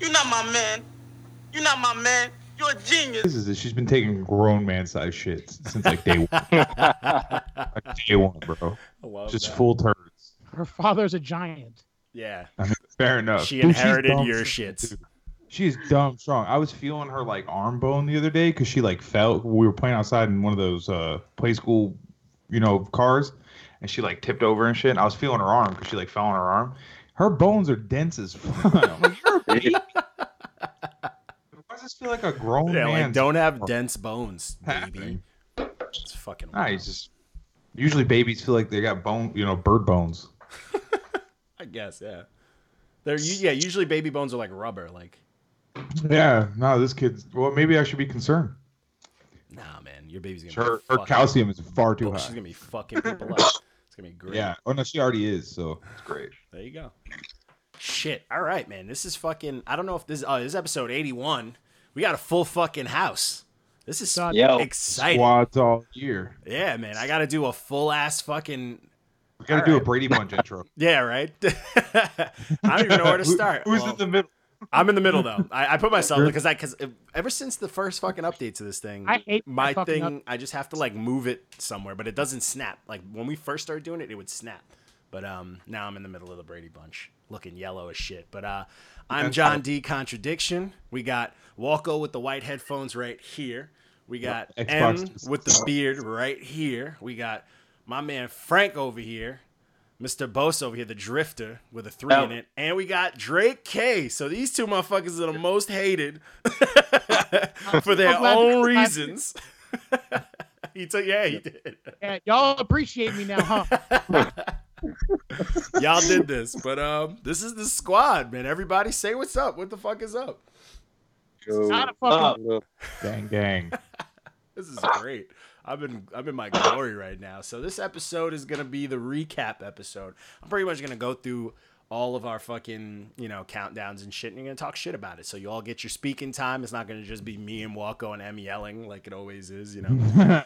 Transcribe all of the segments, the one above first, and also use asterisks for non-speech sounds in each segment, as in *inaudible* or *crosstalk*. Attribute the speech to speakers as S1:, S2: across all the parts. S1: You're not my man. You're not my man. You're a genius.
S2: This is she's been taking grown man size shit since like day one.
S3: *laughs*
S2: Like, day one, bro.
S3: Love
S2: Just
S3: that.
S2: full turns.
S4: Her father's a giant.
S3: Yeah.
S2: I mean, fair enough.
S3: She
S2: Dude, she's
S3: inherited
S2: dumb
S3: your
S2: strong,
S3: shits.
S2: dude. She's dumb strong. I was feeling her like arm bone the other day because she like fell. We were playing outside in one of those uh play school, you know, cars, and she like tipped over and shit. And I was feeling her arm because she like fell on her arm. Her bones are dense as *laughs* fuck. I'm like, you're a baby. Why does this feel like a grown
S3: Yeah,
S2: man?
S3: like don't have dense bones, baby.
S2: Happening.
S3: It's fucking
S2: Nah,
S3: wild.
S2: he's just usually babies feel like they got bone, you know, bird bones.
S3: I guess, yeah. They're u- yeah, usually baby bones are like rubber, like
S2: Yeah, no, this kid's. Well, maybe I should be concerned.
S3: nah man, your baby's gonna
S2: Her,
S3: be
S2: her
S3: fucking-
S2: calcium is far too
S3: oh,
S2: high.
S3: she's gonna be fucking people up. It's gonna be great.
S2: Yeah. Oh no, she already is. So it's great.
S3: There you go. Shit. All right, man. This is fucking. I don't know if this. Oh, this is episode eighty-one. We got a full fucking house. This is
S4: Son.
S5: Yo.
S3: exciting.
S2: Squads all year.
S3: Yeah, man. I got to do a full ass fucking.
S2: We gotta
S3: All
S2: do a
S3: right.
S2: Brady
S3: *laughs*
S2: Bunch intro.
S3: Yeah, right. I don't even know where to
S2: Who-
S3: start.
S2: Who's
S3: Well,
S2: in the middle?
S3: I'm in the middle though. I, I put myself because I because ever since the first fucking update to this thing,
S4: I hate
S3: my
S4: my fucking
S3: thing.
S4: up-
S3: I just have to like move it somewhere, but it doesn't snap. Like when we first started doing it, it would snap. But um, now I'm in the middle of the Brady Bunch, looking yellow as shit. But uh, I'm John D. Contradiction. We got Walko with the white headphones right here. We got M
S2: Xbox.
S3: with the beard right here. We got my man Frank over here. Mr. Bose over here, the drifter with a three in
S5: Oh.
S3: it, and we got Drake K. So these two motherfuckers are the most
S4: *laughs*
S3: hated for their
S4: I'm glad-
S3: own
S4: I'm glad-
S3: reasons. *laughs* he took, yeah, he did.
S4: Yeah, y'all appreciate me now, huh?
S3: Y'all did this, but um, this is the squad, man. Everybody, say what's up. What the fuck is up?
S4: Not a
S5: Oh,
S3: Uh,
S4: fucking.
S2: Gang,
S3: *laughs*
S2: gang.
S3: This is great. I've been I'm in my glory right now. So this episode is gonna be the recap episode. I'm pretty much gonna go through all of our fucking you know countdowns and shit, and you're gonna talk shit about it. So you all get your speaking time. It's not gonna just be me and Walko and M yelling like it always is,
S2: *laughs*
S3: you know,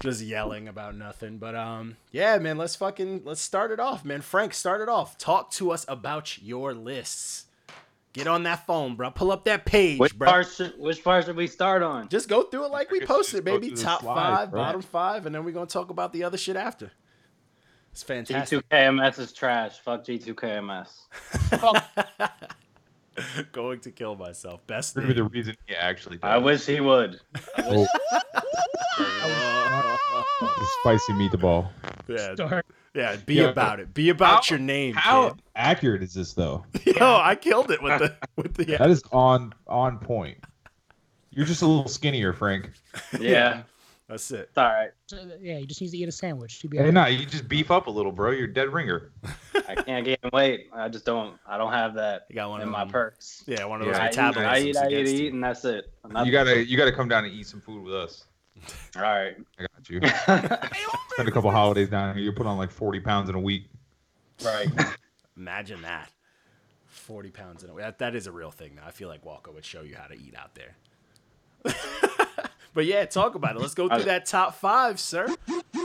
S3: just yelling about nothing. But um, yeah, man, let's fucking let's start it off, man. Frank, start it off. Talk to us about your lists. Get on that phone, bro. Pull up that page,
S5: Which
S3: bro.
S5: part should, which part should we start on?
S3: Just go through it like we
S2: I guess you
S3: posted,
S2: just go
S3: baby.
S2: through the
S3: Top
S2: slides,
S3: five,
S2: bro.
S3: bottom five, and then we're gonna talk about the other shit after. It's fantastic.
S5: G2KMS is trash. Fuck G2KMS.
S3: *laughs* Going to kill myself. Best
S2: Maybe
S3: thing.
S2: the
S5: *laughs*
S2: reason he actually
S5: I
S2: died.
S5: wish he would.
S2: Oh, the spicy meatball.
S3: yeah,
S4: Sorry.
S3: yeah. Be
S2: Yo,
S3: about it. Be about
S2: how-
S3: your name.
S2: How accurate is this though?
S3: Kid. *laughs* Yo, I killed it with
S5: *laughs*
S3: the with the.
S2: That is on on point. You're just a little skinnier, Frank.
S5: Yeah,
S3: That's it.
S5: it's all right.
S4: Yeah, he just needs to eat a sandwich. He'd be
S2: Hey,
S4: all
S2: nah, you just beef up a little, bro. You're a dead ringer.
S5: I can't gain weight. I just don't. I don't have that
S3: You got one
S5: in
S3: of
S5: my
S3: them-
S5: perks.
S3: Yeah, one of those
S2: Yeah,
S5: I, eat, I
S3: metabolisms.
S5: eat, I eat,
S3: against
S5: eat,
S3: you.
S5: and that's it.
S2: You gotta you gotta come down and eat some food with us.
S5: All right.
S2: I got you.
S5: right.
S2: Spend a couple holidays down here. You put on like 40 pounds in a week.
S3: Imagine that. Forty pounds in a That, that is a real thing. Now I feel like Walker would show you how to eat out there. *laughs* but yeah, talk about it. Let's go through that top five, sir.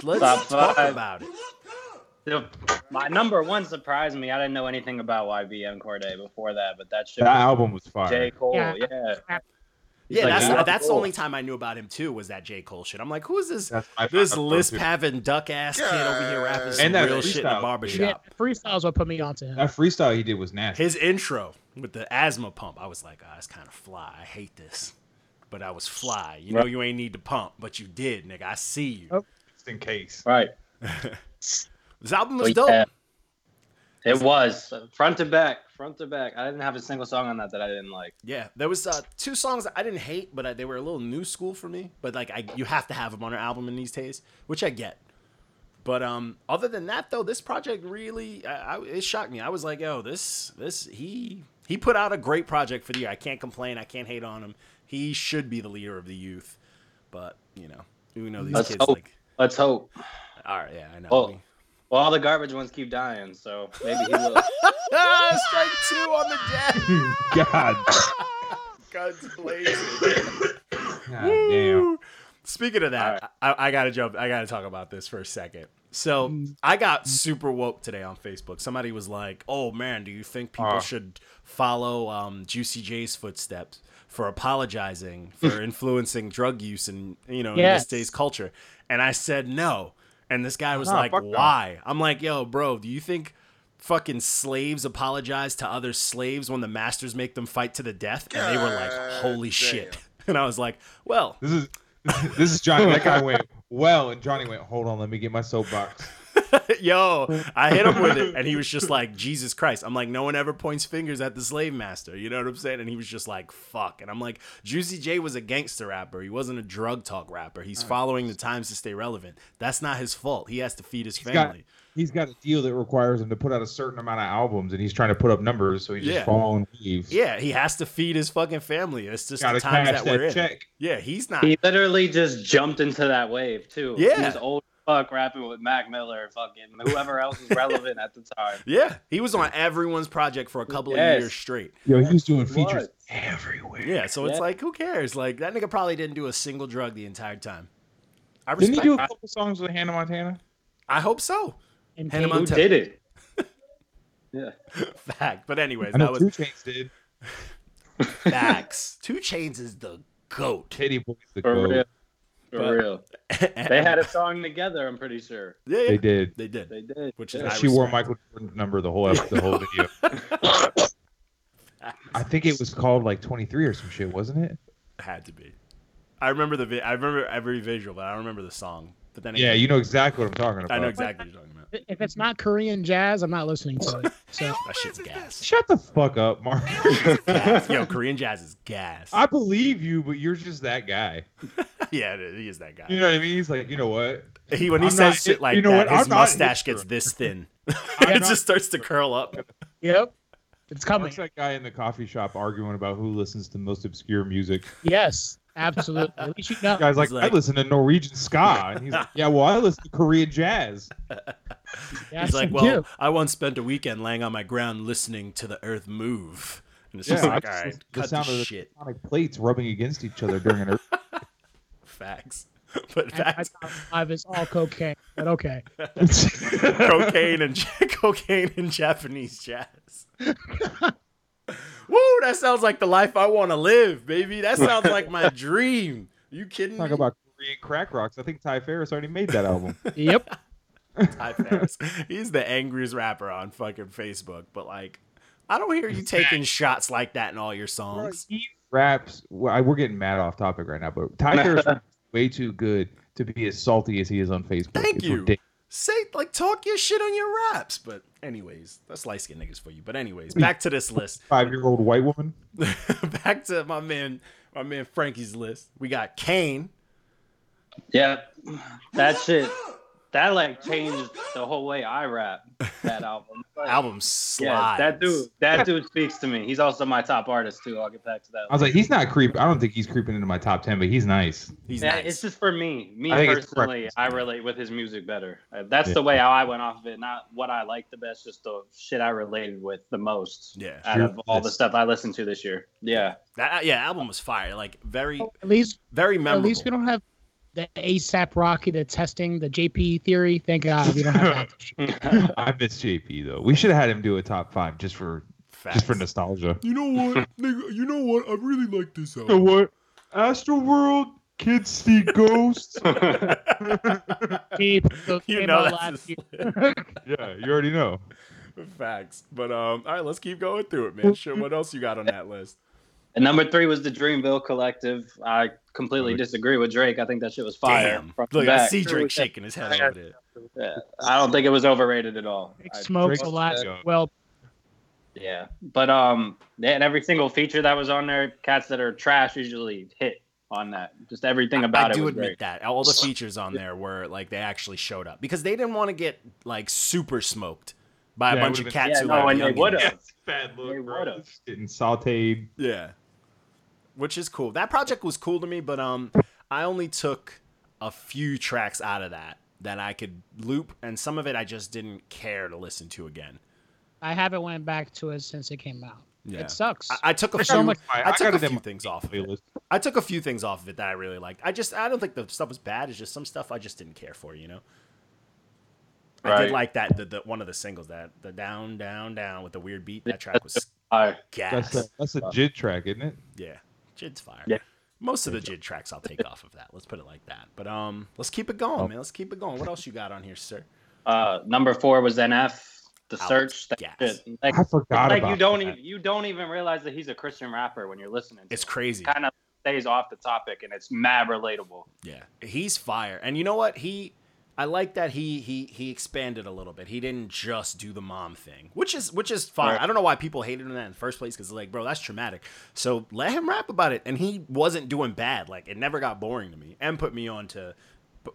S3: Let's
S5: Top
S3: talk
S5: five.
S3: about it.
S5: The- My number one surprised me. I didn't know anything about YBM Corday before that, but that shit.
S2: That album was fire.
S5: J Cole.
S4: Yeah.
S5: Yeah.
S3: Yeah,
S5: like,
S3: that's
S5: "Yeah,
S3: that's the
S5: cool."
S3: only time I knew about him too was that J Cole shit. I'm like, who is this
S2: That's my-
S3: this
S2: that's my
S3: lisp
S2: go-to.
S3: having duck ass kid over here rapping some
S2: And that
S3: real shit in the
S2: freestyle.
S4: right. Yeah,
S3: barbershop?
S4: freestyles what put me onto him.
S2: That freestyle he did was nasty.
S3: His intro with the asthma pump, I was like, ah, it's kind of fly. I hate this, but I was fly. You know, you ain't need to pump, but you did, nigga. I see you.
S4: Oh.
S2: Just in case.
S5: Right.
S3: This album
S4: Oh,
S5: But
S3: was dope.
S5: yeah. It was front to back, front to back. I didn't have a single song on that that I didn't like.
S3: Yeah, there was uh, two songs I didn't hate, but uh, they were a little new school for me. But like, I you have to have them on an album in these days, which I get. But um, other than that, though, this project really I, I, it shocked me. I was like, yo, this this he he put out a great project for the year. I can't complain. I can't hate on him. He should be the leader of the youth. But you know, we know these
S5: Let's
S3: kids
S5: hope.
S3: like.
S5: Let's hope.
S3: All right, yeah, I know.
S5: Oh. Well, all the garbage ones keep dying, so maybe he *laughs* will.
S3: *laughs* Ah, strike two on the deck.
S2: *laughs*
S5: *laughs*
S2: God.
S3: God's blazing.
S2: God damn.
S3: Speaking of that,
S5: All
S3: I, I gotta jump. I gotta talk about this for a second. So
S2: Mm.
S3: I got super woke today on Facebook. Somebody was like, "Oh man, do you think people
S1: Uh-huh.
S2: Uh.
S3: should follow um, Juicy J's footsteps for apologizing
S1: *laughs*
S3: for influencing drug use and you know in this
S4: Yes.
S3: day's culture?" And I said no. And this guy was
S2: Nah,
S3: like,
S2: fuck no.
S3: "Why?" I'm like, "Yo, bro, do you think fucking slaves apologize to other slaves when the masters make them fight to the death?" And they were like,
S1: God
S3: "Holy
S1: damn.
S3: shit!" *laughs* And I was like, "Well."
S2: This is this is Johnny. That guy went well, and Johnny went, "Hold on, let me get my soapbox."
S3: *laughs* Yo, I hit him with it, and he was
S2: *laughs*
S3: just like, Jesus Christ. I'm like, no one ever points fingers at the slave master. You know what I'm saying? And he was just like, fuck. And I'm like, Juicy J was a gangster rapper. He wasn't a drug talk rapper. He's following the times to stay relevant. That's not his fault. He has to feed his
S2: got-
S3: family.
S2: He's got a deal that requires him to put out a certain amount of albums, and he's trying to put up numbers, so he just
S3: Yeah.
S2: falls and leaves.
S3: yeah, he has to feed his fucking family. It's just
S2: got
S3: the
S2: to
S3: times
S2: cash
S3: that
S2: that,
S3: we're in.
S2: check.
S3: Yeah, he's not.
S5: He literally just jumped into that wave too.
S3: Yeah.
S5: He was old as fuck rapping with Mac Miller, fucking whoever else was relevant at the time.
S3: Yeah, he was on everyone's project for a couple
S5: Yes.
S3: of years straight.
S2: Yo, he was doing
S5: He
S2: features
S5: was.
S2: everywhere.
S3: Yeah, so it's
S5: Yeah.
S3: like, who cares? Like, that nigga probably didn't do a single drug the entire time. I
S2: Didn't he
S3: respect.
S2: do a couple songs with Hannah Montana?
S3: I hope so.
S4: And
S3: Hannah
S4: Kate-
S5: *laughs* Who
S3: Montana.
S5: did it? yeah.
S3: Fact. But anyways,
S2: I know
S3: that was
S2: Two Chainz did.
S3: facts. Two Chains is the goat.
S2: Teddy Boy's the
S5: For
S2: goat.
S5: real. For
S3: But-
S5: real. They had a song together, I'm pretty sure.
S3: yeah, yeah,
S2: They did.
S3: They did.
S5: They did.
S3: Which is
S5: Yeah.
S3: I
S2: she wore
S3: respect.
S2: Michael Jordan's number the whole ep- the whole video. *laughs* I think it was called like 23 or some shit, wasn't it?
S3: Had to be. I remember the vi- I remember every visual, but I don't remember the song. But then
S2: Yeah,
S3: again,
S2: you know exactly what I'm talking about.
S3: I know exactly what you're talking about.
S4: If it's not Korean jazz, I'm not listening to
S3: *laughs*
S4: it. So
S3: That shit's gas.
S2: Shut the fuck up, Mark. *laughs*
S3: gas. Yo, Korean jazz is gas.
S2: I believe you, but you're just that guy.
S3: *laughs* yeah, it is- he is that guy.
S2: You know what I mean? He's like, you know what?
S3: he when he
S2: I'm
S3: says
S2: not-
S3: shit like
S2: you know
S3: that,
S2: what?
S3: his
S2: I'm not
S3: mustache
S2: hipster.
S3: gets
S2: *laughs*
S3: this thin. *laughs*
S2: I'm
S3: it
S2: not-
S3: just starts to curl up.
S4: yep, it's coming.
S2: Mark's that guy in the coffee shop arguing about who listens to most obscure
S3: *laughs*
S2: music.
S4: Yes, absolutely. At least you know.
S2: guy's like,
S3: He's like-
S2: I listen to Norwegian ska. And he's like, yeah, well, I listen to Korean jazz.
S4: Yes,
S3: *laughs* He's like,
S4: you
S3: well, *laughs*
S4: do.
S3: I once spent a weekend laying on my ground listening to the earth move. And it's
S2: Yeah,
S3: just
S2: I
S3: like, all
S2: just
S3: right,
S2: listen to the
S3: cut
S2: sound of
S3: this
S2: the
S3: shit.
S2: Sonic plates rubbing against each other during
S3: *laughs*
S2: an earth.
S3: Facts. *laughs* But
S4: And I
S2: *laughs*
S3: facts.
S4: thought five is all cocaine,
S3: *laughs*
S4: but okay.
S2: *laughs*
S3: cocaine and *laughs* cocaine and Japanese jazz.
S2: *laughs*
S3: Woo, that sounds like the life I want to live, baby. That sounds
S2: *laughs*
S3: like my dream. You kidding
S2: Talk
S3: me?
S2: about Korean crack rocks. I think Ty Ferris already made that album.
S4: Yep.
S3: Ty Ferris. He's the angriest rapper on fucking Facebook, but like I don't hear you taking shots like that in all your songs.
S2: He raps. Well, I- we're getting mad off topic right now, but Ty Ferris is way too good to be as salty as he is on Facebook.
S3: Thank
S2: It's
S3: you.
S2: ridiculous.
S3: Say like talk your shit on your raps, but anyways, that's light skinned niggas for you.
S2: *laughs*
S3: But anyways, back to this list.
S2: Five-year-old white woman.
S3: *laughs* back to my man, my man Frankie's list. We got Kane.
S5: Yeah. That shit. That like changed the whole way I rap that album.
S3: *laughs* album slides.
S5: Yeah, that dude. That dude speaks to me. He's also my top artist too. I'll get back to that.
S2: I was like, he's not creep. I don't think he's creeping into my top ten, but he's nice.
S3: He's
S5: Yeah,
S3: nice.
S5: it's just for me. Me
S2: I think it's
S5: personally,
S2: preference,
S5: I
S2: man.
S5: relate with his music better. Uh, That's
S2: Yeah.
S5: the way how I went off of it. Not what I liked the best, just the shit I related with the most
S3: yeah,
S5: out
S2: Sure.
S5: of all the
S2: Yes.
S5: stuff I listened to this year. Yeah.
S3: that uh, yeah, album was fire. Like very,
S4: At least,
S3: very memorable.
S4: at least we don't have the ASAP Rocky, the testing, the JP theory. Thank God we don't have that.
S3: *laughs*
S2: I miss JP though. We should have had him do a top five just for
S3: Facts.
S2: just for nostalgia.
S6: You know what?
S2: *laughs*
S6: nigga, you know what? I really like this
S2: You know
S6: album.
S2: what? Astroworld, kids see ghosts.
S4: Deep, so
S3: you
S4: came
S3: know
S4: out
S3: that's
S4: last year.
S3: his
S2: yeah, you already know.
S3: *laughs* facts. But um, all right, let's keep going through it, man. Sure. What else you got on that list?
S5: And number three was the Dreamville Collective. I completely disagree with Drake. I think that shit was fire.
S3: Damn.
S5: front to
S3: Look, I
S5: back.
S3: see Drake shaking his head over there.
S5: Yeah, I don't think it was overrated at all.
S4: Nick
S5: I-
S4: Smokes
S2: Drake's
S4: a lot.
S2: good.
S4: Well,
S5: Yeah, but um, yeah, and every single feature that was on there, cats that are trash usually hit on that. Just everything about
S3: I
S5: it
S3: do
S5: was
S3: admit
S5: great.
S3: that all
S5: *laughs*
S3: the features on there were like they actually showed up because they didn't want to get like super smoked by
S2: Yeah,
S3: a
S2: it
S3: bunch of
S2: would've been-
S3: cats
S5: Yeah,
S3: who
S5: no,
S3: are
S5: and they
S3: young
S5: would
S3: and-
S5: have.
S2: Bad
S5: They would've.
S2: Getting sauteed.
S3: Yeah. Which is cool. That project was cool to me, but um I only took a few tracks out of that that I could loop and some of it I just didn't care to listen to again.
S4: I haven't went back to it since it came out.
S3: Yeah.
S4: It sucks.
S3: I, I took a
S4: So
S3: few
S4: much-
S2: I-
S3: I
S2: I
S3: took
S2: got
S3: a
S2: it in
S3: few
S2: my
S3: things off of it.
S2: Playlist.
S3: I took a few things off of it that I really liked. I just I don't think the stuff was bad, it's just some stuff I just didn't care for, you know. I
S5: Right.
S3: did like that the, the one of the singles that the down down down with the weird beat. That track was
S5: Uh,
S3: gas.
S2: That's a, that's a jid track, isn't it?
S3: Yeah, Jid's fire.
S5: Yeah.
S3: Most of the Jid tracks I'll take off of that. Let's put it like that. But um, let's keep it going, man. Let's keep it going. What else you got on here, sir?
S5: uh, number four was NF. The
S3: Out.
S5: search. That
S3: Gas.
S5: shit. Like,
S2: I forgot
S5: like
S2: about
S5: you don't e-,
S2: that.
S5: even you don't even realize that he's a Christian rapper when you're listening. to
S3: It's
S5: him.
S3: crazy.
S5: Kind of stays off the topic, and it's mad relatable.
S3: Yeah, he's fire. And you know what? He, I like that he he he expanded a little bit. He didn't just do the mom thing, which is which is fine.
S5: Right.
S3: I don't know why people hated him that in the first place because like, bro, that's traumatic. So let him rap about it, and he wasn't doing bad. Like it never got boring to me, and put me on to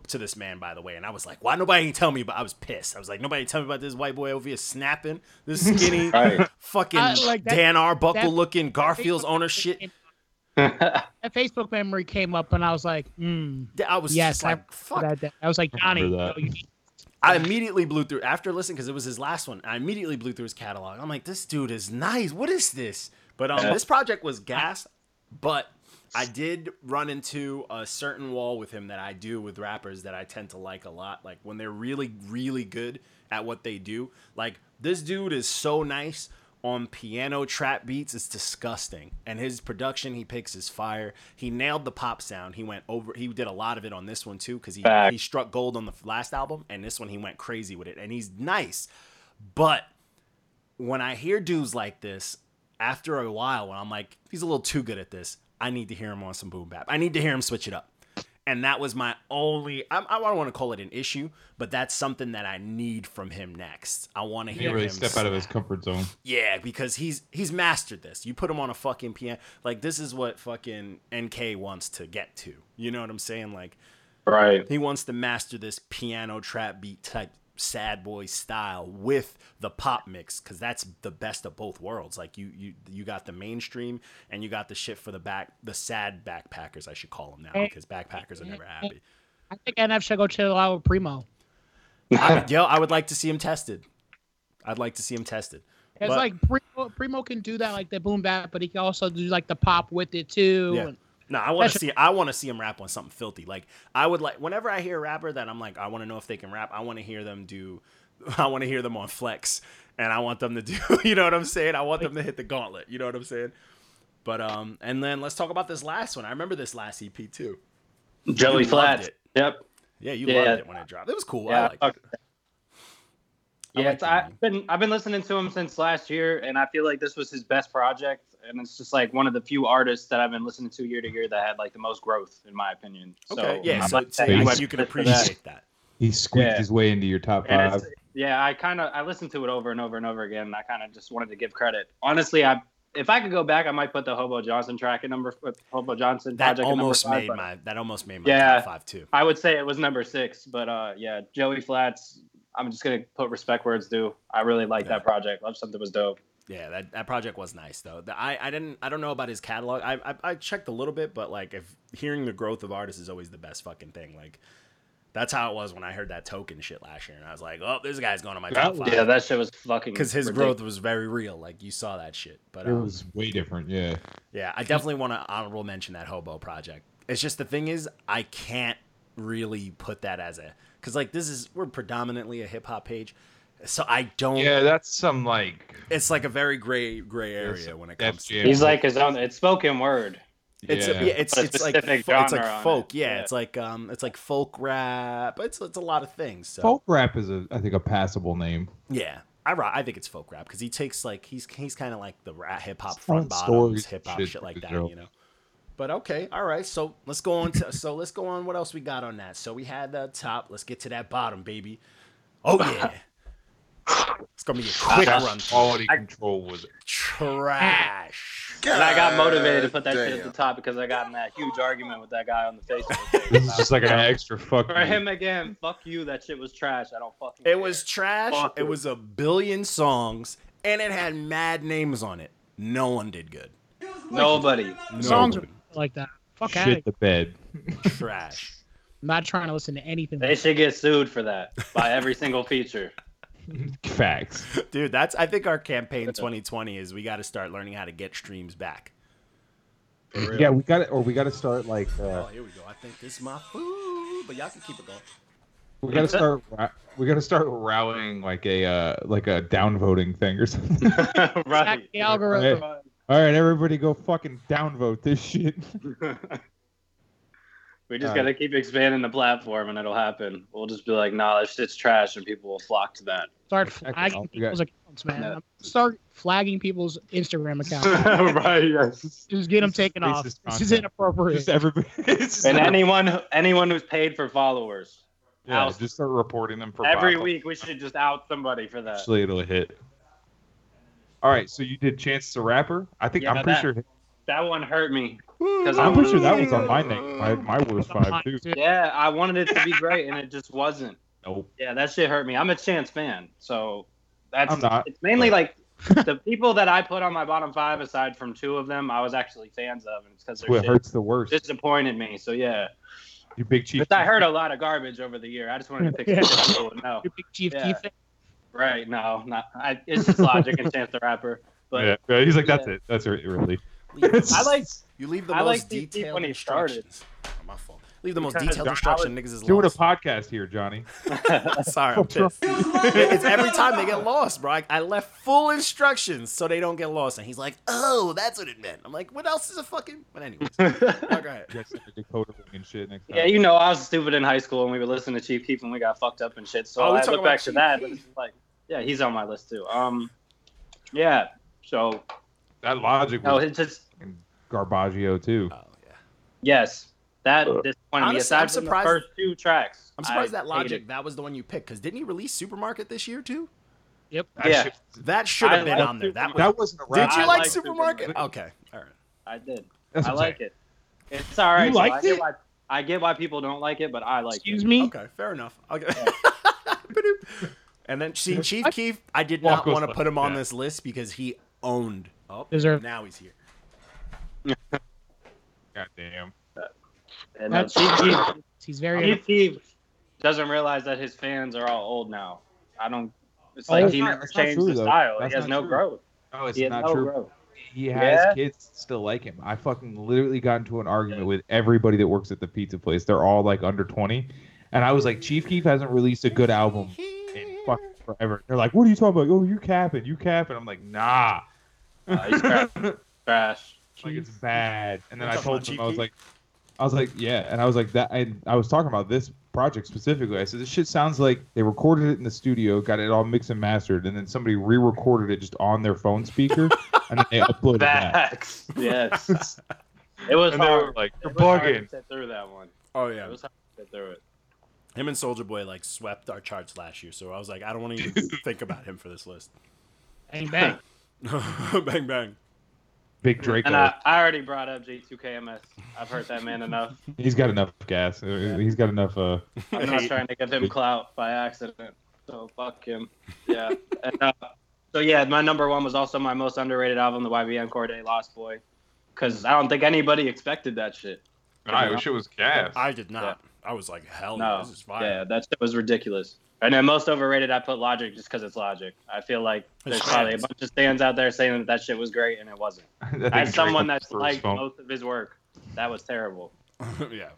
S3: to this man by the way and i was like why nobody ain't tell me but i was pissed i was like nobody ain't tell me about this white boy over here snapping
S5: *laughs*
S3: this skinny
S5: Right.
S3: fucking
S4: I like that-
S3: dan arbuckle
S4: that-
S3: looking garfield's
S4: Facebook
S3: owner
S4: memory
S3: shit
S4: came-
S5: yeah,
S4: That Facebook memory came up, and I was like, mm,
S3: i was
S4: Yes,
S3: just like fuck
S4: that, that. I was like,
S2: I
S4: Donnie,
S2: remember
S4: no,
S2: that.
S4: you need
S3: I immediately blew through after listening because it was his last one. I immediately blew through his catalog. I'm like, this dude is nice. What is this? But um,
S5: Yeah.
S3: this project was gas. But I did run into a certain wall with him that I do with rappers that I tend to like a lot. Like when they're really, really good at what they do. Like this dude is so nice on piano trap beats. It's disgusting. And his production he picks is fire. He nailed the pop sound. He went over. He did a lot of it on this one too because he
S5: Fact.
S3: he struck gold on the last album, and this one he went crazy with it. And he's nice, but when I hear dudes like this, after a while, when I'm like, he's a little too good at this, I need to hear him on some boom bap. I need to hear him switch it up. And that was my only, I, I don't want to call it an issue, but that's something that I need from him next. I want to
S2: He
S3: hear
S2: didn't really
S3: him
S2: step out of his
S3: snap.
S2: comfort zone.
S3: Yeah, because he's he's mastered this. You put him on a fucking piano, like this is what fucking NK wants to get to. You know what I'm saying? Like
S5: right.
S3: he wants to master this piano trap beat type sad boy style with the pop mix because that's the best of both worlds. Like you, you, you got the mainstream and you got the shit for the back, the sad backpackers, I should call them now because backpackers are never happy.
S4: I think NF should go chill out with Primo.
S3: I, yo, I would like to see him tested. I'd like to see him tested.
S4: It's
S3: But-
S4: like Primo, Primo can do that, like the boom bap, but he can also do like the pop with it too.
S3: Yeah.
S4: and-
S3: No, I want to
S4: That's-
S3: see. I want to see him rap on something filthy. Like I would like whenever I hear a rapper that I'm like, I want to know if they can rap. I want to hear them do. *laughs* I want to hear them on flex, and I want them to do. *laughs* You know what I'm saying? I want them to hit the gauntlet. You know what I'm saying? But um, and then let's talk about this last one. I remember this last EP too. *laughs*
S5: Jelly
S3: You loved
S5: Flats.
S3: it.
S5: Yep.
S3: Yeah, you
S5: Yeah.
S3: loved it when it dropped. It was cool. I
S5: Yeah.
S3: liked
S5: I
S3: it.
S5: fuck with that. Yeah,
S3: like
S5: it's,
S3: that
S5: I've
S3: name.
S5: been I've been listening to him since last year, and I feel like this was his best project, and it's just like one of the few artists that I've been listening to year to year that had like the most growth, in my opinion.
S3: Okay,
S5: so,
S3: yeah.
S5: I'm
S3: So,
S5: glad
S3: so
S5: that he
S3: you,
S5: went
S3: you can
S5: for that.
S3: appreciate that.
S2: He squeaked
S5: Yeah.
S2: his way into your top
S5: And
S2: five.
S5: it's- yeah, I kind of I listened to it over and over and over again. And I kind of just wanted to give credit. Honestly, I if I could go back, I might put the Hobo Johnson track at number uh, Hobo Johnson
S3: That
S5: project at number
S3: almost
S5: five,
S3: made
S5: but
S3: my. That almost made my
S5: Yeah.
S3: top five too.
S5: I would say it was number six, but uh, yeah, Joey Flats. I'm just gonna put respect where it's due. I really like
S3: Yeah.
S5: that project. Love something was dope.
S3: Yeah, that, that project was nice though. The- I, I didn't I don't know about his catalog. I, I I checked a little bit, but like if hearing the growth of artists is always the best fucking thing. Like that's how it was when I heard that token shit last year, and I was like, oh, this guy's going on my top
S5: Yeah,
S3: five
S5: that shit was fucking.
S3: because his
S5: ridiculous.
S3: growth was very real. Like you saw that shit, but
S2: It
S3: um,
S2: was way different, yeah.
S3: yeah, I definitely want to honorable mention that hobo project. It's just the thing is, I can't really put that as a because like this is we're predominantly a hip hop page, so I don't.
S2: Yeah, that's some like
S3: It's like a very gray gray area when it
S2: Def
S3: comes to
S2: Jam.
S5: He's like his own. It's spoken word.
S3: It's yeah,
S2: Yeah.
S3: it's
S5: Put a
S3: it's like
S5: specific
S3: fo- it's
S5: genre
S3: like
S5: on
S3: folk,
S5: it.
S3: yeah,
S5: Yeah.
S3: It's like um, it's like folk rap. It's it's a lot of things. So
S2: folk rap is a I think a passable name.
S3: yeah, I ro- I think it's folk rap because he takes like he's he's kind of like the rap hip hop
S2: Telling
S3: front bottoms,
S2: stories,
S3: hip hop shit,
S2: shit,
S3: like
S2: for
S3: that,
S2: sure.
S3: you know. But okay, all right. So let's go on to so let's go on. What else we got on that? So we had the top. Let's get to that bottom, baby. Oh
S5: *laughs*
S3: yeah, it's gonna be a quick run.
S2: Quality control was
S3: Trash.
S5: And I got motivated to put that shit at
S7: Damn.
S5: the top because I got in that huge argument with that guy on the Facebook.
S3: *laughs*
S2: this
S5: page.
S2: is just like an extra fuck.
S5: For him again, fuck you. That shit was trash. I don't fucking.
S3: It
S5: care.
S3: was trash.
S5: Fuck
S3: it
S5: it.
S3: was a billion songs, and it had mad names on it. No one did good.
S5: nobody.
S3: No
S4: Songs
S3: one.
S4: are like that. Fuck
S2: shit
S4: outta here.
S2: the bed.
S3: trash.
S4: I'm not trying to listen to anything.
S5: They should get sued for that by every single feature. *laughs*
S2: Facts.
S3: *laughs* Dude, that's I think our campaign 2020 is we got to start learning how to get streams back.
S2: Yeah, we got to or we got to start like uh,
S3: Oh, here we go. I think this is my food, but y'all can keep it going.
S2: We gotta start. ra- We gotta start rallying like a uh, like a downvoting thing or *laughs* something.
S4: Hack
S5: right.
S4: the algorithm.
S2: All right, everybody, go fucking downvote this shit. *laughs*
S5: we just
S2: All right.
S5: gotta keep expanding the platform, and it'll happen. We'll just be like, nah, this shit's trash, and people will flock
S2: *laughs*
S5: to that.
S4: Start
S2: Exactly.
S4: flagging
S2: Oh, you got-
S4: people's accounts, man.
S5: No.
S4: Start flagging people's Instagram
S5: *laughs*
S4: accounts.
S5: right. Yes.
S4: Just get them
S2: This is
S4: taken
S2: racist
S4: off. This is
S2: content.
S4: inappropriate.
S2: Just *laughs* everybody. it's just
S5: And
S2: every-
S5: anyone, who- anyone who's paid for followers,
S2: yeah,
S5: else-
S2: just start reporting them for
S5: every
S2: violence.
S5: week uh, we should just out somebody for that.
S2: Actually, it'll hit. All right, so you did Chance the Rapper. I think
S5: Yeah,
S2: I'm pretty
S5: that-
S2: sure.
S5: That one hurt me. 'Cause
S2: I'm
S5: I'm-
S2: pretty sure that was on my neck. My, my worst five too.
S5: Yeah, I wanted it to be great, and it just wasn't.
S2: Nope.
S5: Yeah, that shit hurt me. I'm a Chance fan, so that's
S2: I'm not,
S5: it's mainly
S2: *laughs*
S5: like the people that I put on my bottom five, aside from two of them, I was actually fans of, and it's because
S2: What
S5: their shit
S2: hurts the worst?
S5: disappointed me. So yeah,
S2: *laughs* You big chief.
S5: but I heard a lot of garbage over the year. I just wanted to
S2: *laughs*
S5: pick
S4: Yeah.
S5: people. No,
S4: Your big chief
S5: Yeah.
S4: Keef thing.
S5: right? No, not. I, it's just logic and Chance the Rapper. But
S2: yeah, yeah, he's like, that's
S5: yeah.
S2: it. That's it, really.
S5: *laughs* I like *laughs*
S3: You leave the
S5: I
S3: most
S5: liked Deep Deep
S3: detailed
S5: when he started.
S3: instructions. Oh, my fault. Leave the most
S5: Because
S3: detailed
S5: I
S3: instruction. Niggas is
S2: doing a
S3: lost.
S2: podcast here, Johnny.
S3: Sorry, *laughs* I'm pissed. *laughs* it's every time they get lost, bro. I, I left full instructions so they don't get lost. And he's like, "Oh, that's what it meant." I'm like, "What else is a fucking?" But anyways, oh, go ahead.
S2: You guys start decoding and shit next time.
S5: yeah, you know, I was stupid in high school, and we would listen to Chief Keef, and we got fucked up and shit. So
S3: Oh, we
S5: I
S3: talking
S5: look
S3: about
S5: back to
S3: Chief
S5: that, but
S3: Keef.
S5: it's like, yeah, he's on my list too. Um, yeah. So
S2: that logic
S5: no,
S2: was
S5: it's just
S2: Garbaggio too.
S3: *laughs* Oh yeah.
S5: yes, that
S2: Uh,
S5: disappointed me.
S3: Honestly,
S5: Aside
S3: I'm
S5: from the
S3: surprised-
S5: first two tracks,
S3: I'm surprised
S5: I
S3: that
S5: hated
S3: logic that was the one you picked because didn't he release Supermarket this year too?
S4: Yep.
S2: That
S5: Yeah.
S2: shit-
S3: That should have
S5: I
S3: been
S5: like
S3: on there. That was.
S2: that wasn't a
S3: Did
S2: rap.
S3: you
S5: I
S3: like,
S5: like
S3: Supermarket?
S5: *laughs* Supermarket.
S3: Okay. All right.
S5: I did.
S2: *laughs* That's
S5: I
S2: what I'm
S5: like it. It's all right.
S2: You
S5: though.
S2: liked
S5: I get
S2: it?
S5: Why, I get why people don't like it, but I like
S4: Excuse
S5: it.
S4: me.
S3: Okay. Fair enough. Okay. *laughs* and then see, Chief Keef, I did
S2: Walk
S3: not
S2: was
S3: want to
S2: like
S3: put him on
S2: that.
S3: this list because he owned. Oh,
S4: Deserved.
S3: now he's here.
S2: saying. Goddamn.
S5: And uh,
S4: That's
S5: Chief Keef,
S4: He's very.
S5: Chief Keef doesn't realize that his fans are all old now. I don't. It's
S2: Oh,
S5: like
S2: that's
S5: he
S2: not-
S5: never
S2: that's not
S5: changed
S2: true,
S5: the
S2: though.
S5: style.
S2: That's
S5: he has
S2: not true.
S5: no growth.
S2: No, it's
S5: he has
S2: not
S5: no
S2: true. *laughs*
S5: growth.
S2: He has
S5: Yeah?
S2: kids still like him. I fucking literally got into an argument with everybody that works at the pizza place. They're all like under 20. And I was like, Chief Keef hasn't released a good album in fucking forever. They're like, what are you talking about? Oh, you capping, you capping. I'm like, nah.
S5: Uh, he's trash. trash.
S2: like it's bad. And then
S3: We're
S2: I
S3: talking
S2: told
S3: about
S2: him I was
S3: GP?
S2: like, I was like, yeah, and I was like that, and I was talking about this project specifically. I said this shit sounds like they recorded it in the studio, got it all mixed and mastered, and then somebody re-recorded it just on their phone speaker, and then they uploaded that.
S5: *laughs* Facts.
S2: *laughs*
S5: yes. It was
S2: And they were
S5: hard.
S2: like,
S5: It
S2: "You're
S5: was hard to
S2: bugging."
S5: sit through that one.
S3: Oh
S5: It
S3: yeah.
S5: was hard to sit through it.
S3: Him and Soldier Boy like swept our charts last year, so I was like, I don't want to
S5: *laughs*
S3: even think about him for this list. *laughs*
S4: Bang bang.
S3: bang bang.
S2: Big Draco.
S5: And I, I already brought up J2KMS. I've hurt that man enough.
S2: He's got enough gas. He's got enough. Uh,
S5: I'm not trying to give him clout by accident. So fuck him. Yeah. And, uh, so yeah, my number one was also my most underrated album, the YBN Corday Lost Boy, because I don't think anybody expected that shit. I wish
S2: it was gas.
S3: I did not. I was like, hell no,
S5: No.
S3: this is fire.
S5: Yeah, that shit was ridiculous. And then most overrated, I put Logic just because it's Logic. I feel like there's
S3: It's
S5: probably a
S3: facts.
S5: bunch of fans out there saying that that shit was great and it wasn't. As someone that's liked most of his work, that was terrible.
S3: *laughs* Yeah,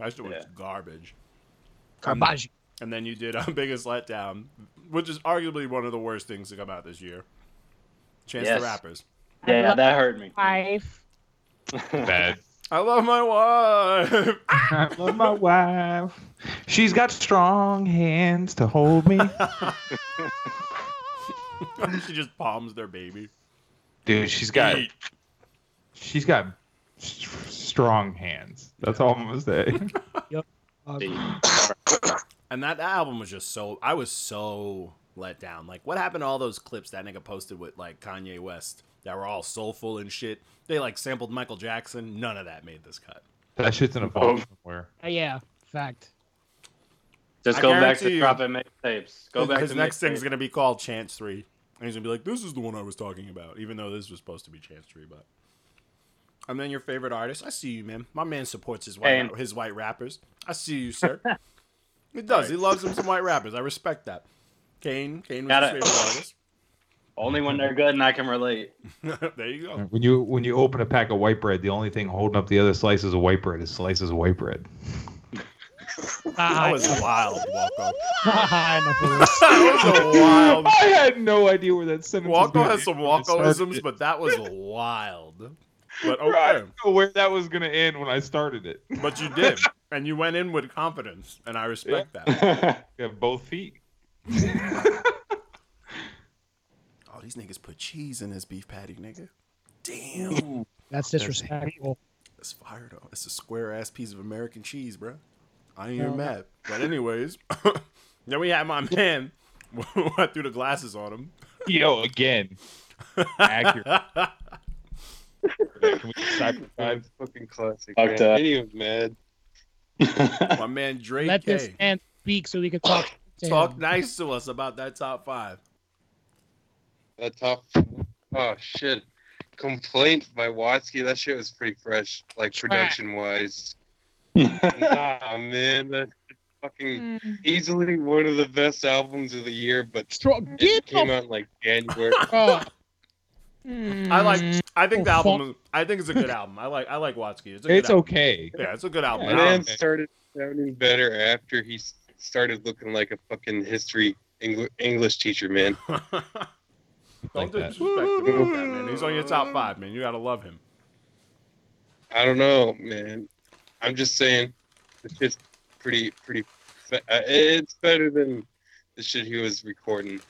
S3: that shit was
S5: Yeah.
S3: garbage.
S4: Garbage.
S3: And then you did uh, *laughs* biggest letdown, which is arguably one of the worst things to come out this year. Chance
S5: Yes.
S3: the rappers.
S5: Yeah,
S4: love
S5: that hurt me.
S4: Life.
S2: bad.
S3: I love my wife.
S2: *laughs*
S3: *laughs*
S2: I love my wife. She's got strong hands to hold me.
S3: she just palms their baby.
S2: *laughs* Dude, she's got she's got s- strong hands. That's all I'm gonna *laughs* say.
S4: Uh,
S3: And that, that album was just so I was so let down. Like what happened to all those clips that nigga posted with like Kanye West that were all soulful and shit? They like sampled Michael Jackson. None of that made this cut.
S2: that shit's in a vault somewhere.
S4: yeah. Fact.
S5: Just
S3: I
S5: go back
S3: guarantee
S5: to
S3: you-
S5: dropping mixtapes. Go back
S3: His
S5: to
S3: next thing's
S5: mixtapes.
S3: gonna be called Chance Three, and he's gonna be like, "This is the one I was talking about," even though this was supposed to be Chance Three. But and then your favorite artist, I see you, man. My man supports his white
S5: And-
S3: his white rappers. I see you,
S5: *laughs*
S3: sir. he does. He loves him some white rappers. I respect that. Kane, Kane was
S5: Got
S3: his
S5: it.
S3: favorite
S5: Only when they're good and I can relate.
S3: artist. *laughs* there you go.
S2: When you when you open a pack of white bread, the only thing holding up the other slices of white bread is slices of white bread.
S4: Uh,
S1: That
S3: *laughs*
S4: *laughs*
S1: was wild, Walko.
S3: That was a
S2: *laughs*
S3: wild.
S2: I had no idea where that sentence was
S3: Walko
S2: gonna
S3: has some
S2: end when I started
S3: Walkoisms,
S2: it.
S3: but that was wild. But
S2: I
S3: okay,
S2: didn't know where that was going to end when I started it. *laughs*
S3: but you did, and you went in with confidence, and I respect that.
S2: You have both feet.
S1: Oh, these niggas put cheese in his beef patty, nigga. Damn.
S2: *laughs*
S4: That's disrespectful.
S1: That's fire, though. It's a square ass piece of American cheese, bruh. I ain't even mad. But,
S2: *laughs*
S1: anyways, then we had my
S3: *laughs*
S1: man. I threw the glasses on him.
S2: Yo, again. Accurate. Can we sacrifice?
S8: *laughs* fucking classic.
S5: Fucked
S8: Man.
S5: up.
S8: Ain't even mad.
S3: *laughs* My man Drake
S4: Let this
S3: K.
S4: man speak so we can talk. To
S3: Talk
S4: him.
S3: nice to us about that top five.
S8: That top. Oh shit. Complaint by Watsky. That shit was pretty fresh, like production
S5: *laughs*
S8: wise. nah, man. That fucking easily one of the best albums of the year, but
S4: Strong.
S8: it
S4: Get
S8: came
S4: the
S8: out in like January.
S4: fuck.
S3: I like. I think the
S4: Oh,
S3: album. Is, I think it's a good album. I like. I like Watsky. It's a good
S2: It's
S3: album.
S2: okay.
S3: Yeah, it's a good album. *laughs*
S8: The
S3: And I'm-
S8: man started sounding better after he s- started looking like a fucking history Engl- English teacher, man.
S3: Don't
S2: Like that.
S3: disrespect him like that, man. He's on your top five, man. You gotta love him.
S8: I don't know, man. I'm just saying, it's just pretty, pretty. fe- uh, It's better than the shit he was recording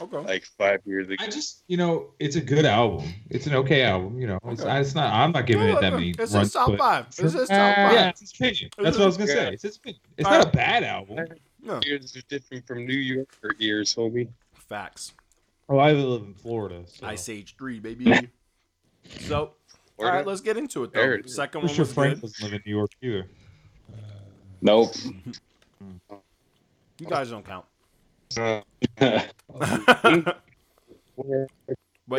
S3: Okay.
S8: like five years ago.
S2: I just, you know, it's a good album. It's an okay album. You know, it's,
S3: Okay.
S2: it's not. I'm not giving it that many.
S3: It's
S2: runs,
S3: his top
S2: but-
S3: five. It's his top
S4: Uh,
S3: five.
S2: Yeah, it's his opinion. That's what I was gonna say. It's his opinion. It's not a bad album.
S3: No.
S8: Years are different from New Yorker ears, homie.
S3: Facts.
S2: Oh, I live in Florida. So.
S3: Ice Age three, baby. so, all right, let's get into it though.
S8: There it is.
S3: Second
S2: I'm
S3: one
S2: sure
S3: was
S2: Frank
S3: good.
S2: doesn't live in New York either.
S5: Nope.
S3: *laughs* You guys don't count.
S8: Uh,
S3: but
S8: where-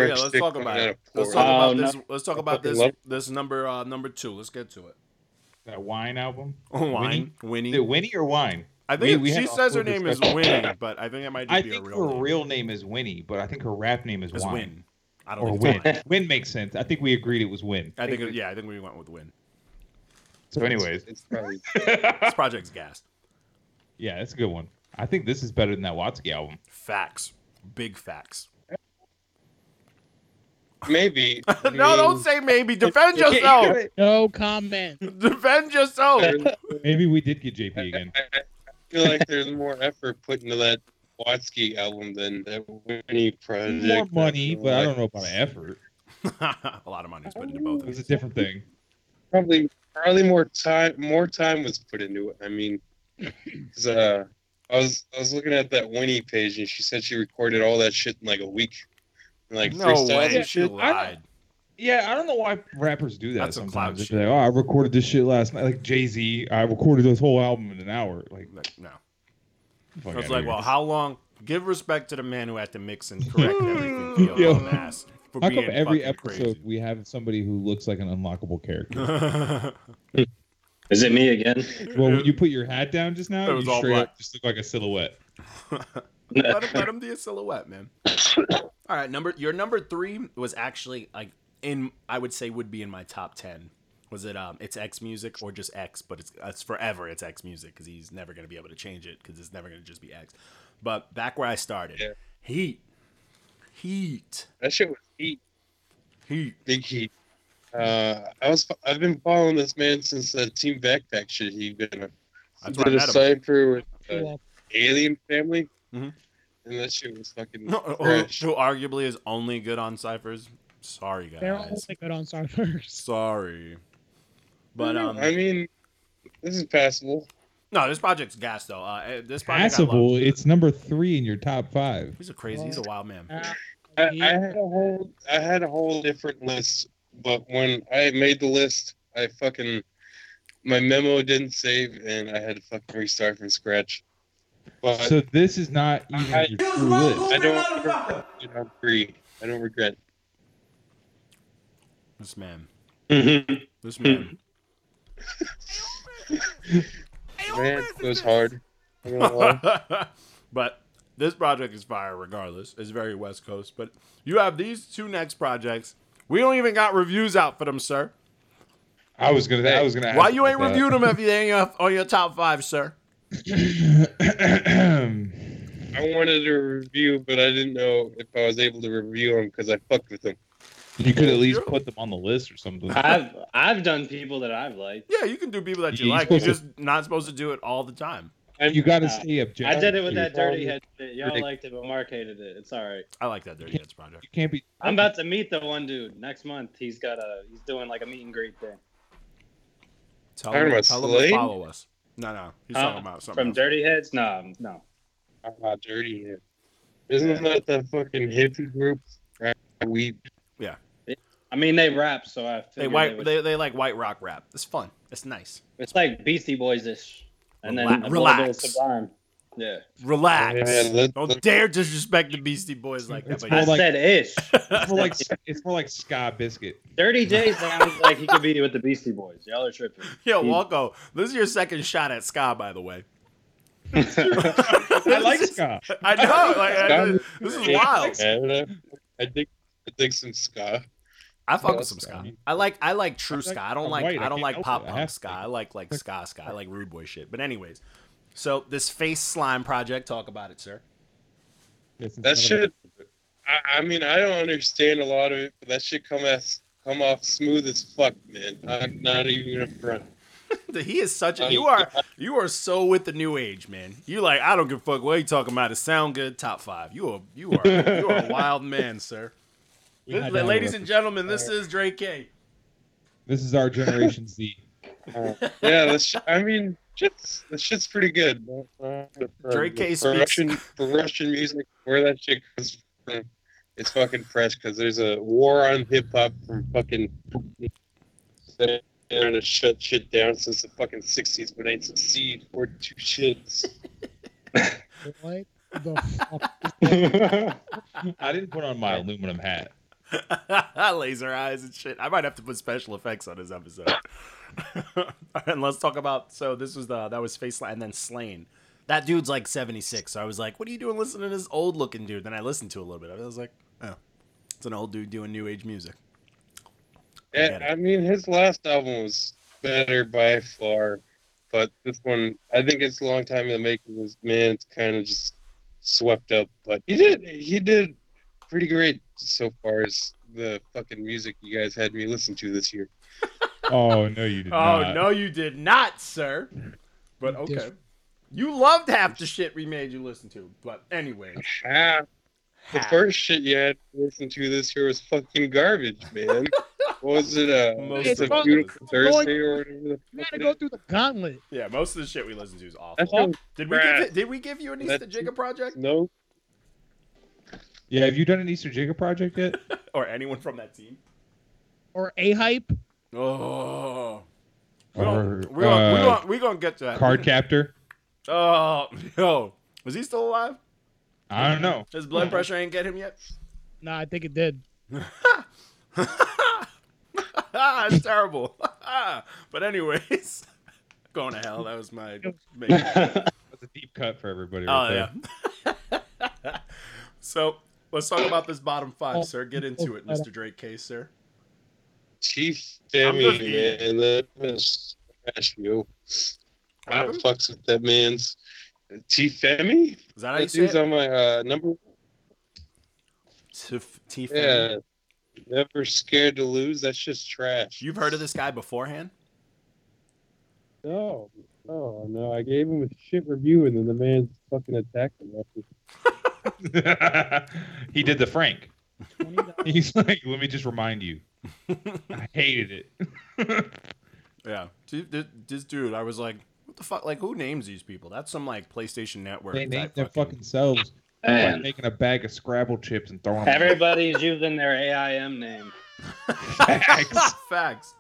S3: yeah, let's talk about it. Let's talk
S5: Oh,
S3: about
S5: no.
S3: this. Let's talk about this.
S8: Love-
S3: This number uh, number two. Let's get to it.
S2: That wine album.
S3: Wine,
S2: Is it
S3: Winnie.
S2: Winnie or Wine?
S3: I
S2: we-
S3: think
S2: we
S3: she
S2: had
S3: says
S2: a
S3: her
S2: whole
S3: name is
S2: discussion.
S3: Winnie, but I think it might
S2: I
S3: just be a
S2: think
S3: real
S2: her
S3: name.
S2: real name is Winnie, but I think her rap name is
S3: It's
S2: Wine.
S3: Win. I don't
S2: Or
S3: think
S2: Win.
S3: it's Win.
S2: Win makes sense. I think we agreed it was Win.
S3: I think it- yeah, I think we went with Win.
S2: So, anyways,
S8: It's probably *laughs*
S3: This project's gassed.
S2: yeah, that's a good one. I think this is better than that Watsky album.
S3: Facts. Big facts.
S8: maybe.
S3: *laughs* no, don't say maybe. Defend yourself.
S4: No comment.
S3: Defend yourself.
S2: Maybe we did get JP
S8: *laughs*
S2: again.
S8: I I feel like there's more effort put into that Watsky album than that Winnie project.
S2: More money, but I don't know about effort.
S3: *laughs* a lot of money is put into both
S2: It
S3: of
S2: was a
S3: these.
S2: different thing.
S8: probably probably more time more time was put into it.
S3: *clears throat*
S8: I mean, 'cause, uh, I was I was looking at that Winnie page and she said she recorded all that shit in like a week, and, like
S3: No
S8: freestyles
S3: way.
S8: and
S3: She
S8: shit.
S3: lied.
S2: Yeah, I don't know why rappers do that
S3: That's some clout
S2: sometimes. If
S3: shit.
S2: they're Like, oh, I recorded this shit last night. Like Jay Z, I recorded this whole album in an hour. Like,
S3: Like, no.
S2: fuck
S3: I was
S2: outta
S3: like,
S2: here.
S3: well, how long? Give respect to the man who had to mix and correct everything. for your
S2: Yo.
S3: dumb ass for
S2: How
S3: being
S2: come every
S3: fucking
S2: episode we have somebody who looks like an unlockable character?
S3: Crazy.
S5: *laughs* Is it me again?
S3: *laughs*
S2: well, when you put your hat down just now,
S3: It was
S2: you
S3: all
S2: straight
S3: black.
S2: up just look like a silhouette.
S3: *laughs* let him, let him be a silhouette, man. All right, number your number three was actually like in I would say would be in my top ten. Was it um? It's X music or just X, but it's it's forever. It's X music because he's never gonna be able to change it because it's never gonna just be X. But back where I started,
S8: Yeah.
S3: heat, heat,
S8: That shit was heat,
S3: heat. *laughs*
S8: big heat. Uh, I was I've been following this man since the team backpack shit he'd been on.
S3: That's where
S8: Did
S3: I
S8: a
S3: met him.
S8: cipher with uh,
S4: Well,
S8: Alien Family,
S3: Mhm.
S8: and that shit was fucking
S3: No, oh, who,
S8: fresh.
S3: who arguably is only good on ciphers. Sorry
S4: They're
S3: guys,
S4: only good on songbirds.
S3: sorry. But um,
S8: I mean, this is passable.
S3: no, this project's gas though. Uh, this project I love.
S2: Passable. It's number three in your top five.
S3: He's a crazy. He's a wild man.
S4: Uh,
S8: I, I had a whole I had a whole different list, but when I made the list, I fucking my memo didn't save, and I had to fucking restart from scratch. But
S2: So this is not even
S8: I-
S2: your true list.
S8: I don't. regret- I don't agree. I don't regret.
S3: This man.
S5: Mm-hmm.
S8: man,
S3: This
S5: *laughs*
S3: man.
S8: it was hard. I'm gonna
S2: *laughs*
S8: lie.
S3: *laughs* but this project is fire regardless. It's very West Coast. But you have these two next projects. We don't even got reviews out for them, sir.
S2: I was gonna. I was gonna.
S3: Why
S2: ask
S3: you ain't
S2: about that.
S3: reviewed them if you ain't up on your top five, sir?
S8: I wanted to review, but I didn't know if I was able to review them because I fucked with them.
S2: *clears throat* you could at least put them on the list or something.
S5: I've I've done people that I've liked.
S3: Yeah, you can do people that you
S2: Yeah,
S3: like. You're
S2: you're
S5: *laughs*
S3: just not supposed to do it all the time.
S2: you got to
S5: Uh,
S2: stay objective.
S5: I did it with that
S2: You're-
S5: dirty head shit. Y'all liked it, but Mark hated it. It's all right.
S3: I like that Dirty Heads project.
S2: You can't be.
S5: I'm about to meet the one dude next month. He's got a he's doing like a meet and greet thing
S3: Tell
S8: Talking
S3: them,
S8: about
S3: tell them to
S8: Slade?
S3: follow us. No, no, he's
S5: Huh?
S3: talking about something.
S5: from
S3: else.
S5: Dirty Heads. No, no.
S8: Ah, dirty hip. Isn't that the fucking hippie group? We
S5: I mean they rap, so I
S3: they
S5: figured
S3: white,
S5: would-
S3: they, they like white rock rap. It's fun. It's nice.
S5: it's like Beastie Boys ish, and then
S3: Relax-
S5: a little bit of
S3: relax.
S5: Sublime. Yeah,
S3: Relax.
S8: Yeah, let-
S3: Don't
S8: let-
S3: dare disrespect the Beastie Boys like that.
S2: It's
S3: But
S2: more
S5: I
S3: yeah.
S2: like-
S5: said ish.
S2: It's more like it's more like Sky Biscuit.
S5: Dirty J sounds like he could be with the Beastie Boys. Y'all are *laughs* tripping.
S3: Yo, Walko, this is your second shot at Ska, by the way.
S2: I like Sky.
S3: *laughs* I know. Like, I-
S8: Ska-
S3: this is wild.
S8: I think I think some ska.
S3: I fuck with some
S2: Ska.
S3: ska. I like I like true
S2: I'm
S3: ska.
S2: like-
S3: I don't
S2: I'm
S3: like
S2: white.
S3: I
S2: I
S3: don't
S2: can't
S3: like
S2: help
S3: pop
S2: it. I
S3: punk
S2: have to
S3: ska.
S2: like
S3: I
S2: *laughs*
S3: like like ska ska. I like rude boy shit. But anyways, so this face slime project. Talk about it, sir.
S8: That shit. I, I mean, I don't understand a lot of it, but that shit come as come off smooth as fuck, man. I'm not even a front.
S3: He is such a
S8: Oh,
S3: you are you are so with the new age, man. You like I don't give a fuck what you talking about. It sound good. Top five. You are you are you are a
S2: *laughs*
S3: wild man, sir.
S2: We had
S3: This-
S2: that
S3: ladies
S2: one.
S3: and gentlemen, this is Drake K. *laughs*
S2: This is our generation Z.
S3: Uh-huh.
S8: Yeah, that's. I mean, shit's the shit's pretty good. For,
S3: Drake K
S8: for
S3: speaks-
S8: Russian for Russian music, where that shit comes from, it's fucking fresh because there's a war on hip hop from fucking. They're trying to shut shit down since the fucking '60s, but ain't succeed or two shits.
S4: What the fuck?
S2: I didn't put on my aluminum hat.
S3: Laser eyes and shit. I might have to put special effects on this episode. *laughs* and let's talk about. So this was the that was face and then slain. That dude's like seventy six. So I was like, what are you doing listening to this old looking dude? Then I listened to a little bit. of it. I was like, oh, it's an old dude doing new age music.
S8: Yeah, I mean, his last album was better by far, but this one, I think it's a long time in the making. This man, it's kind of just swept up, but he did he did pretty great so far as the fucking music you guys had me listen to this year.
S2: Oh no, you did not.
S3: you did not, sir. But
S4: You dis-
S3: you loved half the shit we made you listen to. But anyway,
S8: Half the first shit you had to listen to this year was fucking garbage, man. what was
S4: *laughs*
S8: it? Uh,
S3: Most
S8: it's
S4: of
S8: a
S4: it
S8: beautiful
S4: was.
S8: Thursday or whatever. the
S4: You
S8: fuck
S4: gotta
S8: it
S4: go
S8: is.
S4: through the gauntlet.
S3: yeah, most of the shit we listen to is awful.
S8: That shit was
S3: did we
S8: we give
S3: give
S8: trash.
S3: it, did we give you an Easter
S8: That's-
S3: Jigga project
S8: no
S2: Yeah, have you done an Easter Jigger project yet?
S3: or anyone from that team?
S4: Or A hype.
S3: Oh. We
S2: or
S3: don't- we don't- we
S2: uh,
S3: don't- we gonna get to that.
S2: card captor?
S3: *laughs* Oh, yo. Was he still alive?
S2: I don't know.
S3: His blood pressure ain't get him yet? *laughs*
S4: No, I think it did.
S3: it's terrible. *laughs* but anyways, *laughs* going to hell. That was my. make-
S2: That's a deep cut for everybody.
S3: Oh
S2: Right
S3: yeah. *laughs* so let's talk about this bottom five, sir. Get into it, Mr. Drake Case, sir.
S8: Chief
S3: I'm
S8: Demi,
S3: just
S8: man,
S3: eating.
S8: that was trash, yo. I don't fucks with that man's Chief Demi.
S3: Is that how you
S8: That
S3: say
S8: dude's
S3: it?
S8: on my uh, number.
S3: Tif- Tiffany?
S8: Yeah, never scared to lose. That's just trash.
S3: You've heard of this guy beforehand?
S8: No, oh no, I gave him a shit review, and then the man fucking attacked me. After.
S2: there. *laughs* he did the Frank.
S4: $20.
S2: He's like, let me just remind
S3: *laughs*
S2: you. I hated it.
S3: Yeah. Th- th- This dude, I was like, what the fuck? Like, who names these people? That's some like PlayStation Network.
S2: They named
S3: type
S2: their
S3: fucking-
S2: fucking selves by
S5: Man,
S2: making a bag of Scrabble chips and throwing them. in
S5: everybody's using their AIM name. *laughs*
S2: bags.
S3: Facts.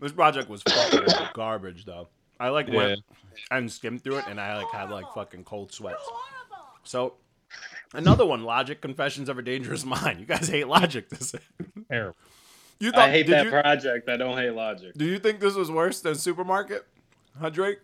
S3: This project was fucking *coughs* garbage, though. I like went and skimmed through it, and I like had like fucking cold sweats. So, another one, Logic Confessions of a Dangerous Mind. You guys hate Logic. This
S2: Terrible.
S3: you thought
S5: I hate
S3: did
S5: that
S3: you,
S5: project. I don't hate
S3: *laughs*
S5: Logic.
S3: Do you think this was worse than Supermarket? Huh, Drake?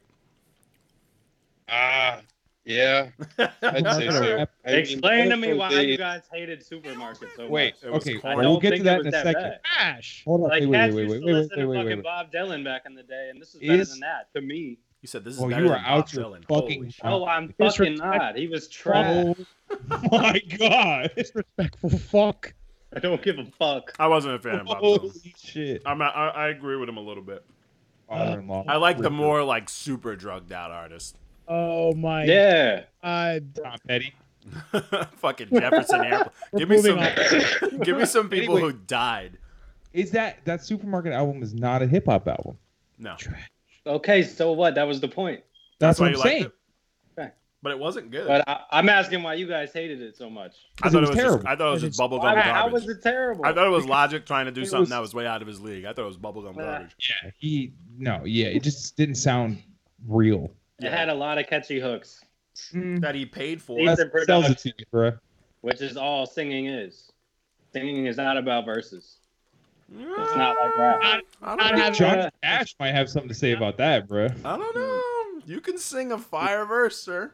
S8: Ah, yeah. I'd say so. I mean,
S5: Explain to me why
S8: they-
S5: you guys hated Supermarket so
S2: Wait,
S5: much.
S3: It was
S2: okay,
S3: corny.
S5: I
S2: we'll
S5: don't
S2: get
S5: think
S2: to
S5: it
S2: that
S5: was
S2: in a
S5: that
S2: second.
S5: bad.
S4: Ash.
S2: Hold on,
S5: Like,
S2: wait,
S5: cats
S2: wait, wait,
S5: used
S2: wait,
S5: to
S2: wait,
S5: listen
S2: wait,
S5: to
S2: wait,
S5: fucking
S2: wait, wait.
S5: Bob Dylan back in the day, and this is better
S2: Is
S5: than that to me.
S3: You said this is
S2: Oh,
S3: better
S2: you are
S3: than Bob
S2: out your
S3: Dylan.
S2: fucking.
S3: Holy
S5: Oh, I'm fucking
S4: Disrespect-
S5: not. He was trash.
S4: Oh,
S2: *laughs* my
S3: *laughs*
S2: god!
S4: disrespectful fuck.
S5: I don't give a fuck.
S3: I wasn't a fan of Bob Dylan.
S2: Holy shit!
S3: I'm, I, I agree with him a little bit.
S2: Father-in-law.
S3: I like the more like super drugged out artist.
S4: Oh my
S5: Yeah.
S4: god.
S2: Tom Petty.
S3: *laughs* Fucking Jefferson Airplane.
S4: We're
S3: Give me some. *laughs*
S4: moving
S3: give me some people
S2: Anyway.
S3: who died.
S2: Is that that supermarket album is not a hip hop album?
S3: No,
S5: Okay, so what? That was the point.
S2: That's, what
S3: why
S2: I'm
S3: you liked
S2: saying.
S3: it. but it wasn't good.
S5: But I, I'm asking why you guys hated it so much.
S3: I
S2: 'Cause
S3: thought it was,
S2: terrible.
S3: just, I thought it was
S4: And
S3: just bubblegum
S5: Why, how
S3: garbage.
S5: was it terrible?
S3: I thought it was Logic trying
S5: *laughs*
S3: to do
S2: It
S3: something
S2: was-
S3: that was way out of his league. I thought it was bubblegum
S5: Yeah.
S3: garbage.
S2: yeah, he no, yeah, it just didn't sound real.
S5: It had a lot of catchy hooks,
S3: That he paid for.
S5: These
S2: That
S5: are pretty-
S2: sells it to you, bro.
S5: which is all singing is. Singing is not about verses. It's not like rap.
S3: I
S4: Not
S3: don't,
S4: having-
S2: Johnny Cash might have something to say about that, bro.
S3: I don't know. You can sing a fire verse, sir.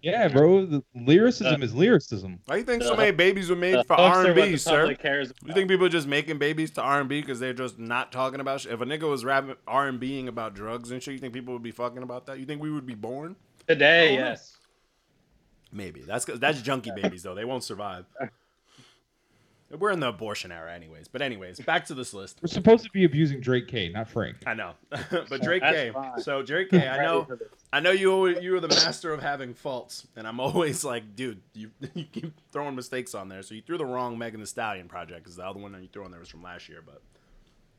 S2: Yeah, Uh, bro. The lyricism is lyricism.
S3: Why do you think so many babies were made for
S5: hooks are
S3: R and
S5: what
S3: B,
S5: the
S3: sir?
S5: public cares
S3: You
S5: about.
S3: think people are just making babies to R and B because they're just not talking about shit? If a nigga was rapping R and Bing about drugs and shit, you think people would be fucking about that? You think we would be born?
S5: Today,
S3: Oh,
S5: yes.
S3: Maybe that's 'cause- that's junkie babies though. They won't
S5: *laughs*
S3: survive. We're in the abortion era, anyways. But anyways, back to this list.
S2: We're supposed to be abusing Drake K, not Frank.
S3: I know, *laughs* but Drake
S5: That's
S3: K.
S5: fine.
S3: So Drake K. I know,
S5: Ready for this.
S3: I know you. always- You are the master of having faults, and I'm always like, dude, you, *laughs* you keep throwing mistakes on there. So you threw the wrong Megan Thee Stallion project because the other one that you threw on there was from last year, but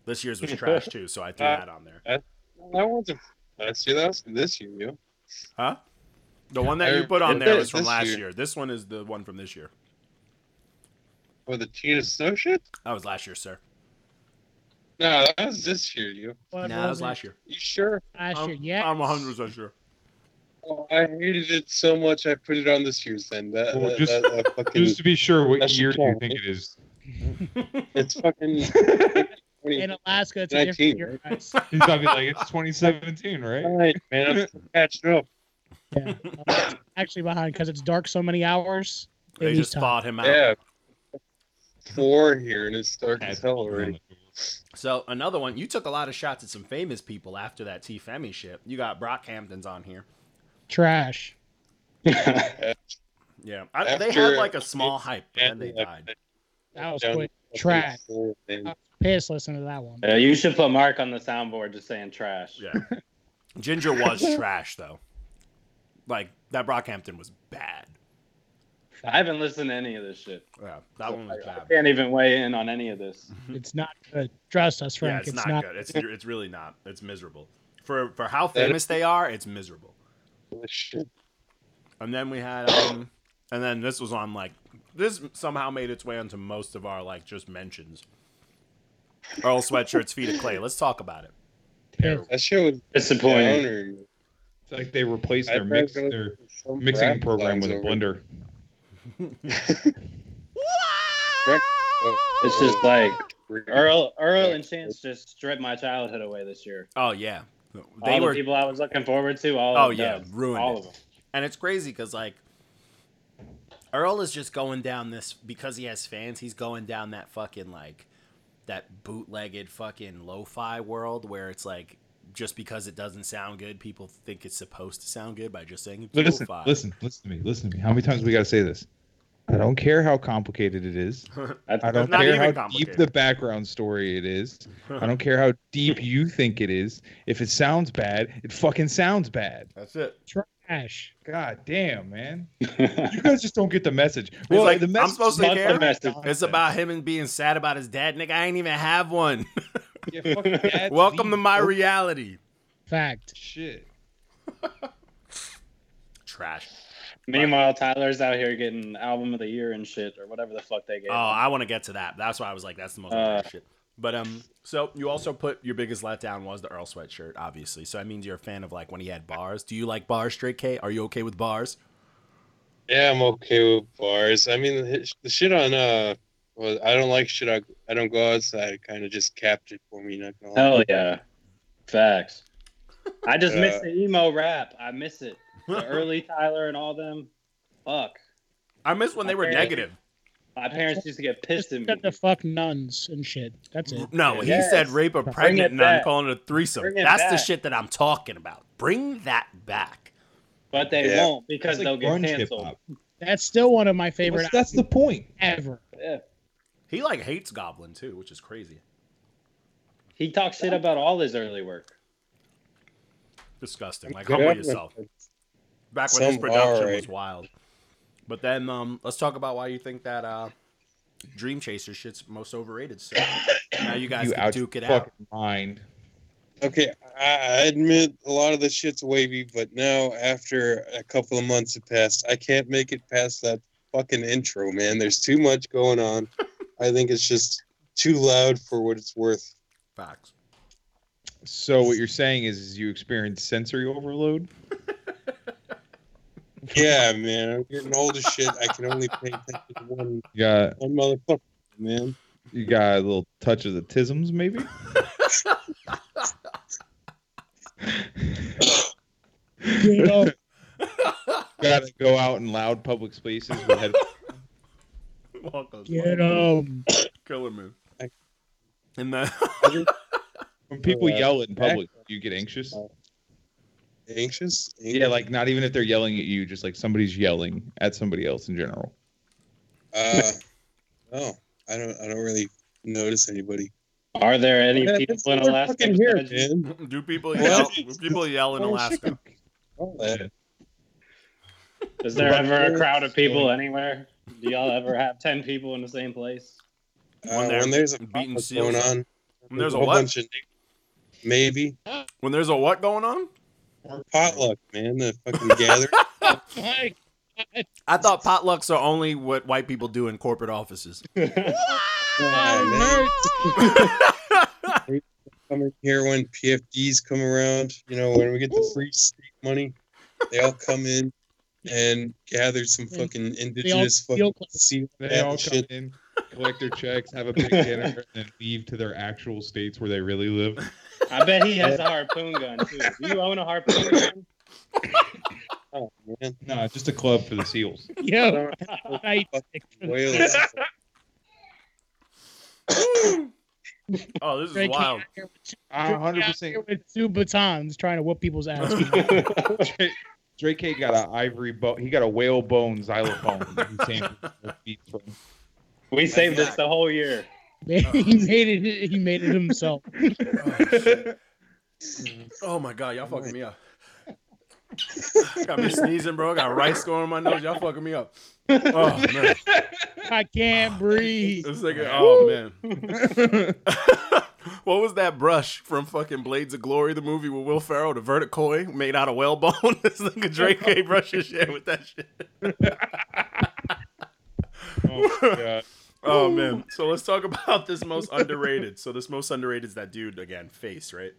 S3: this year's was trash too. So I threw
S8: *laughs* Uh,
S3: that on there.
S8: That wasn't last year. That was from this year. Yo.
S3: Huh? The one that you
S8: I-
S3: put on
S8: it
S3: there
S8: er, is
S3: was from
S8: this
S3: last year.
S8: year.
S3: This one is the one from this year.
S8: For the Tina Snow shit?
S3: That was last year, sir.
S8: No, that was this year. Yo.
S3: No,
S4: What
S3: that was
S4: it?
S3: last year.
S8: You sure?
S4: Last year,
S3: I'm-
S4: yeah.
S3: I'm 100 percent sure.
S8: Oh, I hated it so much. I put it on this year's end. That,
S2: Well,
S8: that-
S2: just- *laughs*
S8: that- that fucking,
S2: Just to be sure, what
S8: That's
S2: year do you
S8: okay.
S2: think it is?
S8: it's
S4: *laughs*
S8: fucking.
S4: In Alaska, it's a different
S8: 19,
S4: year.
S3: *laughs*
S4: guys.
S2: He's probably like, it's 2017, right?
S8: All right,
S2: *laughs*
S8: man. I'm still catching up.
S4: Yeah. I'm Uh, Actually, behind because it's dark so many hours. They
S3: They
S4: need
S3: just
S4: time.
S3: thawed him out.
S8: Yeah. Four here, and it's dark as hell
S4: *laughs*
S8: already.
S3: So another one, you took a lot of shots at some famous people after that T Femi shit. You got Brockhampton's on here.
S4: Trash.
S3: Yeah, I, they
S8: After-
S3: had like a small hype, but then they died.
S4: That was
S8: Down
S4: quick.
S8: to
S4: Trash.
S8: four, man.
S4: Piss. Listen to that one.
S5: Yeah, Uh, you should put Mark on the soundboard just saying trash.
S3: Yeah, Ginger *laughs* was trash though. Like that Brockhampton was bad.
S5: I haven't listened to any of this shit.
S3: Yeah, that one was
S5: I
S3: bad.
S5: can't even weigh in on any of this.
S4: It's not good. Trust us, Frank.
S3: Yeah, it's not good. It's it's really not. It's miserable. For for how famous they are, it's miserable.
S8: Holy shit.
S3: And then we had, um, and then this was on like this somehow made its way onto most of our like just mentions. Earl sweatshirts, feet of clay. Let's talk about it.
S4: Piss.
S8: That shit was
S5: Disappointing.
S8: downer.
S2: It's like they replaced
S8: I
S2: their, mix,
S8: thought it was
S2: their
S8: some
S2: mixing
S8: rap
S2: program
S8: lines
S2: with a
S8: over
S2: blender.
S5: It's just like Earl Earl and Chance just stripped my childhood away this year.
S3: Oh yeah,
S5: all
S3: they
S5: the
S3: were,
S5: people I was looking forward to. All
S3: Oh,
S5: of
S3: yeah,
S5: them,
S3: ruined
S5: all
S3: it.
S5: of them.
S3: and it's crazy because like Earl is just going down this because he has fans. He's going down that fucking like that bootlegged fucking lo-fi world where it's like just because it doesn't sound good, people think it's supposed to sound good by just saying it's
S2: Listen,
S3: lo-fi.
S2: listen, listen to me, listen to me. How many times we got to say this? I don't care how complicated it is.
S5: That's,
S2: I don't
S3: not
S2: care
S3: even
S2: how deep
S3: complicated.
S2: the background story it is. *laughs* I don't care how deep you think it is. If it sounds bad, it fucking sounds bad.
S3: That's it.
S4: Trash.
S2: God damn, man. You guys just don't get the message.
S3: Well, like, I'm supposed to
S5: Fuck
S3: care.
S5: the message.
S3: It's about him and being sad about his dad. Nigga, I ain't even have one.
S2: Yeah, fucking dads
S3: Welcome
S2: leave.
S3: to my
S2: Oh,
S3: reality.
S4: Fact.
S2: shit.
S3: Trash.
S5: Meanwhile, Tyler's out here getting album of the year and shit or whatever the fuck they gave.
S3: Oh, I want to get to that. That's why I was like, that's the most
S5: Uh.
S3: shit. But um, so you also put your biggest letdown was the Earl sweatshirt, obviously. So that means you're a fan of like when he had bars. Do you like bars, straight K? Are you okay with bars?
S8: Yeah, I'm okay with bars. I mean, the- the shit on uh, well, I don't like shit. I, I don't go outside. Kind of just captured for me. Not gonna lie.
S5: Hell Oh, yeah, facts. I just
S8: Yeah.
S5: miss the emo rap. I miss it. *laughs* The early Tyler and all them. Fuck.
S3: *laughs* I miss when they were
S5: Okay.
S3: negative.
S5: My parents used to get pissed
S4: Just
S5: at me.
S4: said the fuck nuns and shit.
S3: *laughs*
S4: That's it.
S3: No, he
S5: Yes.
S3: said rape a
S5: it
S3: pregnant nun,
S5: back.
S3: calling it a threesome.
S5: Bring it
S3: That's the
S5: back.
S3: shit that I'm talking about. Bring that back.
S5: But they
S8: Yeah.
S5: won't because
S2: It's like
S5: they'll get
S2: grunge
S5: canceled.
S2: hip-hop.
S4: That's still one of my favorite
S2: That's, that's the point.
S4: ever.
S3: He like hates Goblin too, which is crazy.
S5: He talks shit about all his early work.
S3: Disgusting. Like humble yourself. Back when his
S8: Some
S3: production
S8: alright.
S3: was wild. But then um, let's talk about why you think that uh, Dream Chaser shit's most overrated. So now you guys
S2: you
S3: can
S2: out
S3: duke it
S2: your
S3: out.
S2: fucking mind.
S8: Okay, I I admit a lot of the shit's wavy, but now after a couple of months have passed, I can't make it past that fucking intro, man. There's too much going on. I think it's just too loud for what it's worth.
S3: Facts. *laughs*
S2: So what you're saying is, is you experience sensory overload?
S8: Yeah, man, I'm getting old as shit. I can only pay attention to one
S2: You got
S8: one motherfucker, man.
S2: you got a little touch of the tisms,
S3: *laughs*
S2: maybe?
S4: You know,
S2: *laughs* Gotta go out in loud public spaces with
S3: *laughs*
S2: head-
S3: Walk those
S4: get
S3: fucking
S5: *laughs*
S4: 'em.
S3: killer move.
S8: I-
S3: *laughs* And then *laughs*
S2: when people
S8: Yeah.
S2: yell in public. You get anxious.
S8: Anxious?
S2: Yeah, like not even if they're yelling at you, just like somebody's yelling at somebody else in general.
S8: Uh, oh, I don't. I don't really notice anybody.
S5: Are there any
S8: Yeah, that's
S5: people in
S8: what we're
S5: Alaska?
S8: fucking here,
S5: besides you?
S8: man.
S3: do people yell?
S8: What?
S3: do people yell in
S8: Oh,
S3: Alaska?
S8: All that.
S5: Is there
S8: What?
S5: ever a crowd of people anywhere? Do y'all ever have ten people in the same place?
S8: Uh,
S3: they're
S8: when there's a
S3: beating
S8: conflict
S3: seals.
S8: going on,
S3: When there's a
S8: whole
S3: what?
S8: bunch of nigg- maybe
S3: When there's a what going on?
S8: or potluck, man. The fucking
S5: *laughs*
S8: gathering.
S4: Like,
S3: I thought potlucks are only what white people do in corporate offices. *laughs*
S8: Yeah, man. Coming here when PFDs come around, you know, when we get the free state money, they all come in and gather some fucking indigenous fucking
S4: feel close.
S8: sea
S2: They
S8: Yeah,
S2: all come
S8: shit.
S2: in, collect their checks, have a big dinner, and then leave to their actual states where they really live.
S5: I bet he has a harpoon gun too. Do you own a harpoon gun?
S8: Oh,
S5: *laughs*
S8: man.
S2: No, it's just a club for the seals.
S4: *laughs* Yo, night.
S8: Whalers.
S3: Oh, this is
S4: Drake came
S3: wild.
S4: out here with-
S2: I 100%
S4: here with two batons trying to whoop people's ass. *laughs*
S2: Drake- Drake K got an ivory bone. He got a whale bone xylophone. that he sampled the beat from.
S5: We saved this the whole year.
S4: he made it. He made it himself.
S3: *laughs* Oh my god, y'all fucking me up. Got me sneezing, bro. I got rice going on my nose. Y'all fucking me up. Oh man,
S4: I can't breathe.
S3: this nigga. Oh man. *laughs* what was that brush from fucking Blades of Glory, the movie with Will Ferrell, the verticoi made out of whale bone? *laughs* this nigga Drake K brushes shit with that shit.
S2: Oh, my God.
S3: Oh man. So let's talk about this most underrated. So this most underrated is that dude again, face, right?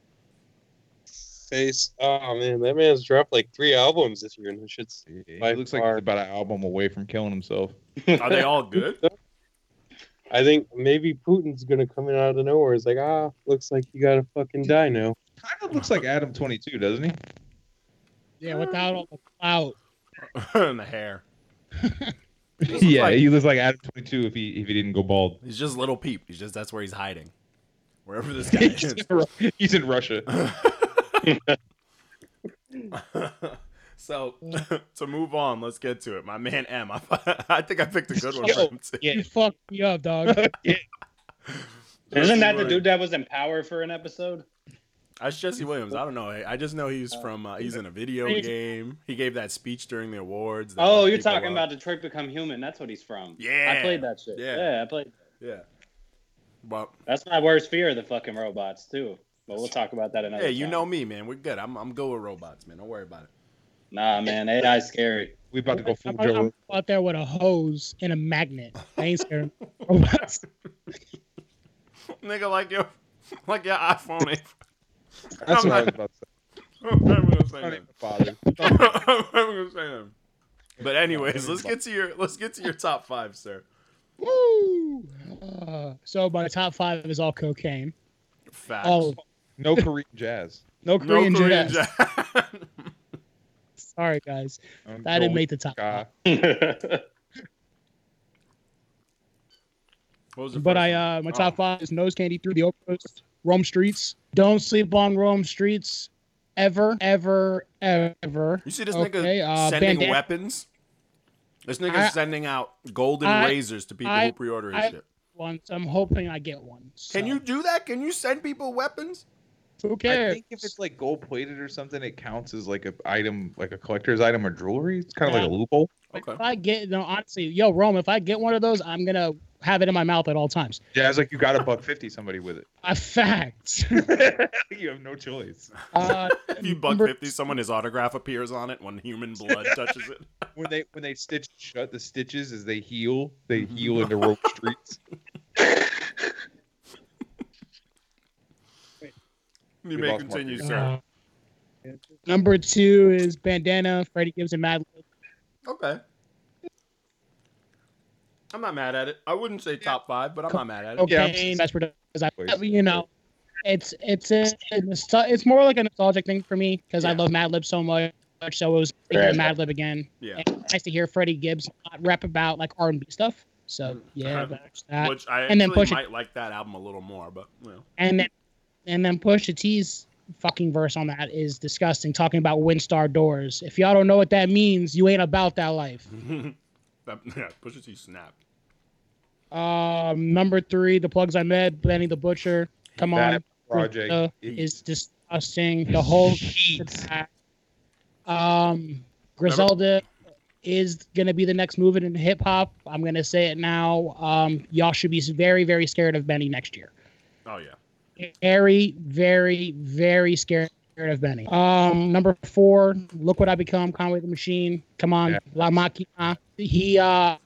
S8: Face. Oh, man. That man's dropped like three albums this year, and that shit's
S2: He
S8: By
S2: looks like
S8: far.
S2: he's about an album away from killing himself.
S3: Are they all good? *laughs*
S8: I think maybe Putin's gonna come in out of nowhere. It's like, ah, looks like you gotta fucking die now.
S2: Kind of looks like Adam 22, doesn't he?
S4: Yeah, without all the clout.
S3: and the hair.
S2: *laughs*
S3: *laughs*
S2: yeah, he looks like Adam 22 if he if he didn't go bald.
S3: He's just little peep. He's just that's where he's hiding. Wherever this guy
S2: he's,
S3: is. *laughs*
S2: in, Ru- *laughs* he's in Russia.
S3: so *laughs* to move on, let's get to it. My man M. *laughs* I, I think I picked a good one for
S4: Yo,
S3: him too.
S4: You fucked me up, dog.
S5: Isn't that the
S3: Williams.
S5: dude that was in power for an episode?
S3: That's Jesse Williams. I don't know. I I just know he's from. Uh, he's in a video
S4: Crazy.
S3: game. He gave that speech during the awards. that
S5: Oh,
S3: like,
S5: you're
S3: people
S5: talking about
S3: loved.
S5: Detroit Become Human. That's what he's from.
S3: Yeah.
S5: I played that shit.
S3: Yeah.
S5: Yeah, I played.
S3: Yeah. Well,
S5: That's my worst fear of the fucking robots too. But we'll talk about that another.
S3: hey, you
S5: time.
S3: know me, man. We're good. I'm I'm good with robots, man. Don't worry about it.
S5: Nah, man, AI's scary. *laughs*
S2: We about to go full
S4: I'm,
S2: Joe.
S4: I'm out there with a hose and a magnet. I ain't scared. Robots.
S3: Nigga, like your *laughs* like your iPhone. ain't- *laughs*
S2: That's
S3: I'm
S2: what I
S3: not-
S2: was about to say.
S3: I'm not even gonna say
S2: Don't
S3: that.
S2: even
S8: *laughs*
S2: bother.
S3: *laughs* I'm not gonna say that. But anyways, let's get to your let's get to your top five, sir.
S4: Woo! Uh, so my top five is all cocaine.
S3: Facts.
S4: All *laughs*
S2: No Korean jazz.
S4: no
S3: No
S4: Korean,
S3: Korean
S4: jazz.
S3: *laughs* jazz.
S4: Sorry guys,
S2: I'm
S4: that didn't
S2: going
S4: make the top.
S2: ska.
S4: five.
S1: What was the
S4: But
S1: first
S4: I
S1: one?
S4: uh
S3: Oh.
S4: my top five is Nose Candy Through the Overpost, Rome Streets. Don't sleep on Rome Streets ever, ever, ever.
S3: You see this
S4: Okay,
S3: nigga
S4: uh,
S3: sending
S4: bandana-
S3: weapons? This nigga
S4: I-
S3: sending out golden
S4: I-
S3: razors to people
S4: I-
S3: who pre-order his
S4: I-
S3: shit.
S4: Once I'm hoping I get one. so-
S3: Can you do that? Can you send people weapons?
S4: Who
S2: I
S4: cares?
S2: think if it's like gold plated or something, it counts as like a item, like a collector's item or jewelry. It's kind of like a loophole.
S3: Okay.
S4: if I get no, honestly, yo, Rome, if I get one of those, I'm gonna have it in my mouth at all times.
S2: Yeah, it's like you got a buck fifty somebody with
S4: A fact. *laughs*
S2: it. *laughs* you have no choice.
S4: Uh,
S3: If you buck
S4: number-
S3: fifty someone, his autograph appears on it when human blood touches it.
S2: *laughs* When they when they stitch shut the stitches as they heal, they
S4: Mm-hmm.
S2: heal into rope streets.
S3: You
S2: We
S3: may
S2: lost
S3: continue,
S2: Marcus.
S3: sir.
S4: Uh, Number two is Bandana, Freddie Gibbs, and Mad. Lib.
S3: Okay. I'm not mad at it. I wouldn't say top five, but I'm not mad at it.
S2: Yeah, I'm
S4: Cocaine, that's what I,
S2: Please.
S4: you know, it's it's a, a nostal- it's more like a nostalgic thing for me because I
S3: Yeah.
S4: love Mad Lib so much. So it was thinking of Mad Lib again.
S3: Yeah.
S4: And it's nice to hear Freddie Gibbs not rap about like R and B stuff. So yeah, that's that.
S3: Which I
S4: Uh, and then
S3: actually
S4: Pusha-
S3: might like that album a little more, but you know.
S4: and then and then Pusha T's fucking verse on that is disgusting. Talking about Windstar doors. If y'all don't know what that means, you ain't about that life.
S3: *laughs* that, yeah, Pusha T snapped.
S4: Um, number three, the plugs I met, Benny the Butcher. *laughs* Come
S2: That
S4: on,
S2: project
S4: Uh,
S2: is
S4: is disgusting. The whole um Griselda is gonna be the next movement in hip hop. I'm gonna say it now. Um, y'all should be very very scared of Benny next year.
S3: Oh yeah.
S4: very, very, very scared of Benny. Um, number four, look what I become, Conway the Machine. Come on,
S2: Yeah.
S4: La Machina. He uh,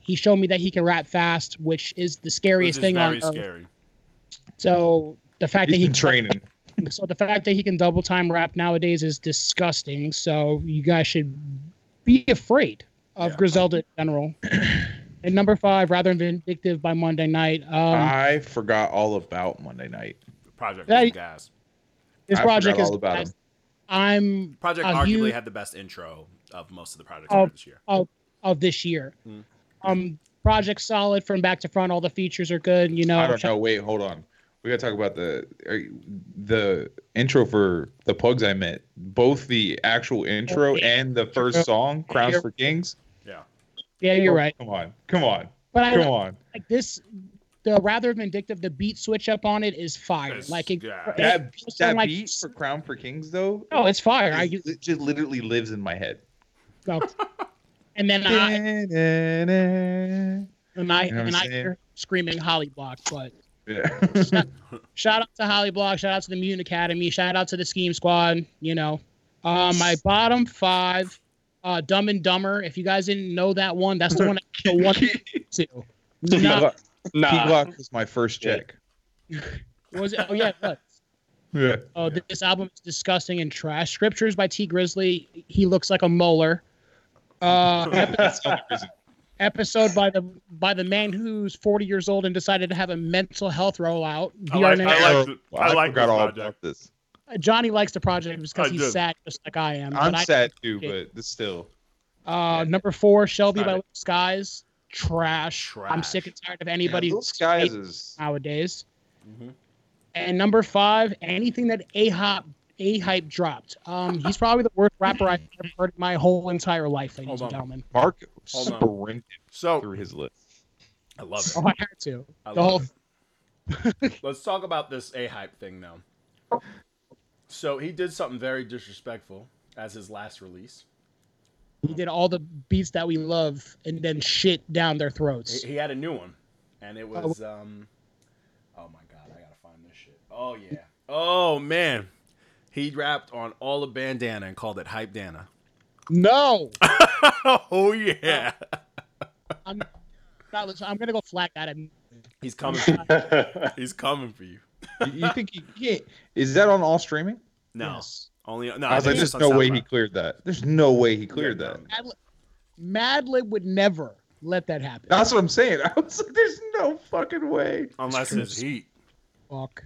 S4: he showed me that he can rap fast, which is the
S3: Which
S4: scariest
S3: is
S4: thing on um,
S3: very
S4: earth.
S3: scary.
S4: So the fact that
S2: He's
S4: he
S2: been training.
S4: so the fact that he can double time rap nowadays is disgusting. So you guys should be afraid of
S3: Yeah.
S4: Griselda in
S3: *clears throat*
S4: general. and number five, rather vindictive by Monday night. Um,
S2: I forgot all about Monday night.
S3: Project
S4: That-
S3: was gas.
S4: this
S2: I
S4: project
S2: forgot
S4: is
S2: all about him.
S4: I'm
S3: Project
S4: a
S3: arguably
S4: huge-
S3: had the best intro of most of the projects
S4: um, Oh.
S3: this year.
S4: of this year.
S3: Mm.
S4: Um, project solid from back to front. All the features are good. You know,
S2: I don't know. Wait, hold on. We gotta talk about the are you- the intro for the plugs I met. Both the actual
S4: Oh,
S2: intro and the first song, "Crowns for Kings."
S4: yeah, you're right.
S2: Come on, come on,
S4: But I
S2: come on.
S4: like this. The rather vindictive, the beat switch up on it is fire.
S3: It's
S4: like it,
S3: gas.
S4: it-
S2: That
S4: it's
S2: that
S4: like-
S2: beat for "Crown for Kings" though,
S4: no, Oh, it's fire. I
S2: is- it just literally lives in my head.
S4: no.
S3: *laughs*
S4: and then I
S2: Yeah.
S4: and I
S2: You know what
S4: and
S2: I'm
S4: I
S2: saying?
S4: hear screaming Holly Block. But shout out to Holly Block. Shout out to the Mutant Academy. Shout out to the Scheme Squad. You know, uh, my bottom five. Uh, Dumb and Dumber. If you guys didn't know that one, that's the one. I the one
S2: *laughs*
S4: to. Not-
S2: P-Glock *laughs*
S5: Nah.
S2: P-Glock was my first check.
S4: Was it? Oh yeah, what?
S2: *laughs* Yeah.
S4: Oh, this album is disgusting and trash. Scriptures by T Grizzly. He looks like a molar. Uh, ep- episode by the by the man who's 40 years old and decided to have a mental health rollout.
S3: I like,
S4: VR
S3: I
S4: Nation.
S3: like, the- *laughs* I like this
S2: Oh, forgot all
S3: project.
S2: about this.
S4: Johnny likes the project because
S3: I
S4: he's
S3: do.
S4: sad, just like I am.
S2: I'm
S4: But I-
S2: sad too, but this still.
S4: Uh, number four, Shelby
S3: Not
S4: by
S3: it.
S4: Little Skies. Trash. I'm
S3: Trash.
S4: sick and tired of
S2: Anybody
S4: anybody
S2: Little Skies is
S4: nowadays.
S2: Mm-hmm.
S3: Mhm.
S4: And number five, anything that A Hop A Hype dropped. Um, he's probably the worst rapper I've ever heard in my whole entire life, ladies
S3: Hold
S4: and
S3: on.
S4: gentlemen.
S2: Mark
S3: Hold on.
S2: sprinted
S3: So
S2: through his list.
S3: I love it.
S4: Oh, I had to.
S3: I
S4: The
S3: love
S4: whole
S3: it. Let's talk about this A hype thing though. So he did something very disrespectful as his last release.
S4: he did all the beats that we love and then shit down their throats.
S3: He, he had a new one, and it was um, oh my god, I gotta find this shit. Oh yeah. Oh man, he rapped on all of bandana and called it hype dana. *laughs*
S4: No, *laughs*
S3: oh yeah.
S4: I'm not listening. I'm gonna go flat at him.
S3: He's coming. For you. He's coming for you.
S2: *laughs* You- you think he yeah. Is that on all streaming?
S3: No,
S4: Yes.
S3: only no.
S2: I was
S3: think
S2: like,
S3: it's
S2: there's
S3: on
S2: no way
S3: SoundCloud.
S2: he cleared that. There's no way he cleared
S3: Yeah,
S2: that.
S3: no.
S4: Madlib, Madlib would never let that happen.
S2: That's what I'm saying. *laughs* I was like, there's no fucking way.
S3: Unless it's heat.
S4: Fuck.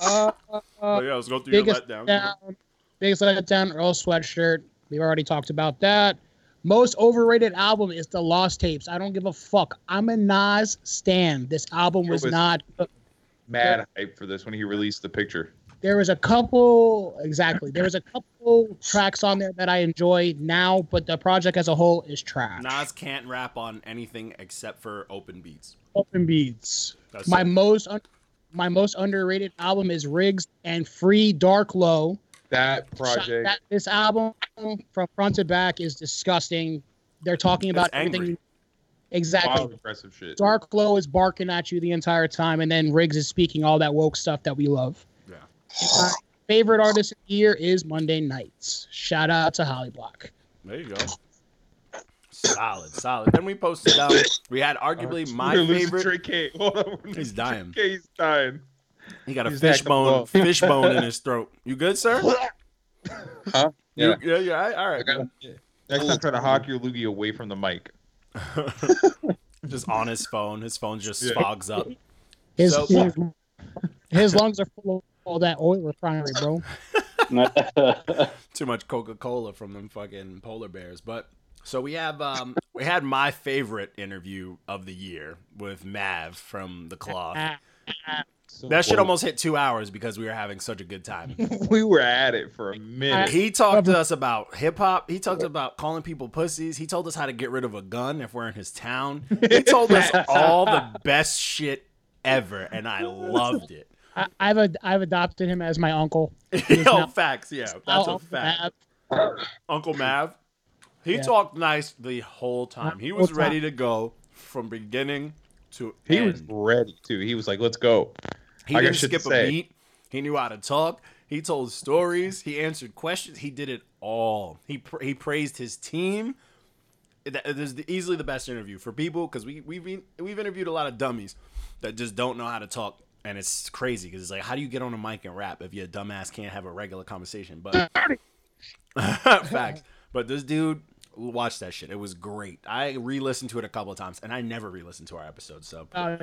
S4: Uh,
S3: But yeah, let's go through your
S4: biggest
S3: letdown.
S4: letdown, biggest letdown, Earl sweatshirt. We've already talked about that. Most overrated album is The Lost Tapes. I don't give a fuck. I'm a Nas stan. This album was,
S2: was-
S4: not.
S2: Mad hype for this when he released the picture.
S4: There was a couple exactly. There was a couple tracks on there that I enjoy now, but the project as a whole is trash.
S3: Nas can't rap on anything except for open beats.
S4: Open beats.
S3: That's
S4: My
S3: it.
S4: most un- my most underrated album is Riggs and Free Dark Low.
S2: That
S4: Shot-
S2: project.
S4: that- this album from front to back is disgusting. They're talking about
S3: It's angry.
S4: everything. Exactly.
S2: Wild aggressive shit.
S4: Dark Glow is barking at you the entire time, and then Riggs is speaking all that woke stuff that we love.
S3: Yeah.
S4: My favorite artist of the year is Monday Nights. Shout out to Holly Block.
S3: There you go. Solid, solid. Then we posted um, we had arguably my
S2: We're losing
S3: favorite.
S2: Trey K. *laughs* Hold on. we're
S3: He's
S2: losing Trey
S3: dying.
S2: K. He's dying.
S3: He got a
S2: He's back up
S3: fishbone
S2: off. *laughs*
S3: fishbone in his throat. You good, sir?
S8: Huh?
S3: You, yeah, yeah. All right, all right.
S2: Okay. Next time, try to hawk your loogie away from the mic.
S3: *laughs* Just on his phone. His phone just
S2: Yeah.
S3: fogs up.
S4: His,
S3: So-
S4: his, his lungs are full of all that oil refinery, bro.
S3: too much Coca Cola from them fucking polar bears. But so we have um we had my favorite interview of the year with Mav from the Cloth.
S4: Ah,
S3: That shit almost hit two hours because we were having such a good time.
S2: *laughs* We were at it for a minute.
S3: He talked to us about hip hop. He talked about calling people pussies. He told us how to get rid of a gun if we're in his town. He
S4: *laughs*
S3: told us all the best shit ever, and I loved
S4: *laughs*
S3: it.
S4: I, I've ad- I've adopted him as my uncle.
S3: Yo, facts, yeah, that's
S4: I'll-
S3: a fact.
S4: I'll-
S3: Uncle Mav. He
S4: Yeah.
S3: talked nice the whole time. He
S4: Whole
S3: was
S4: time.
S3: ready to go from beginning to
S2: He
S3: end.
S2: was ready too. He was like, "Let's go."
S3: he
S2: I got
S3: didn't
S2: shit
S3: skip
S2: to
S3: a
S2: say.
S3: beat. He knew how to talk. He told stories. He answered questions. He did it all. He pr- he praised his team. That- This is the- easily the best interview for people because we we've been- we've interviewed a lot of dummies that just don't know how to talk, and it's crazy because it's like, how do you get on a mic and rap if you a dumbass can't have a regular conversation? But *laughs* facts. But this dude, watched that shit. It was great. I re-listened to it a couple of times, and I never re-listened to our episode, so
S4: uh,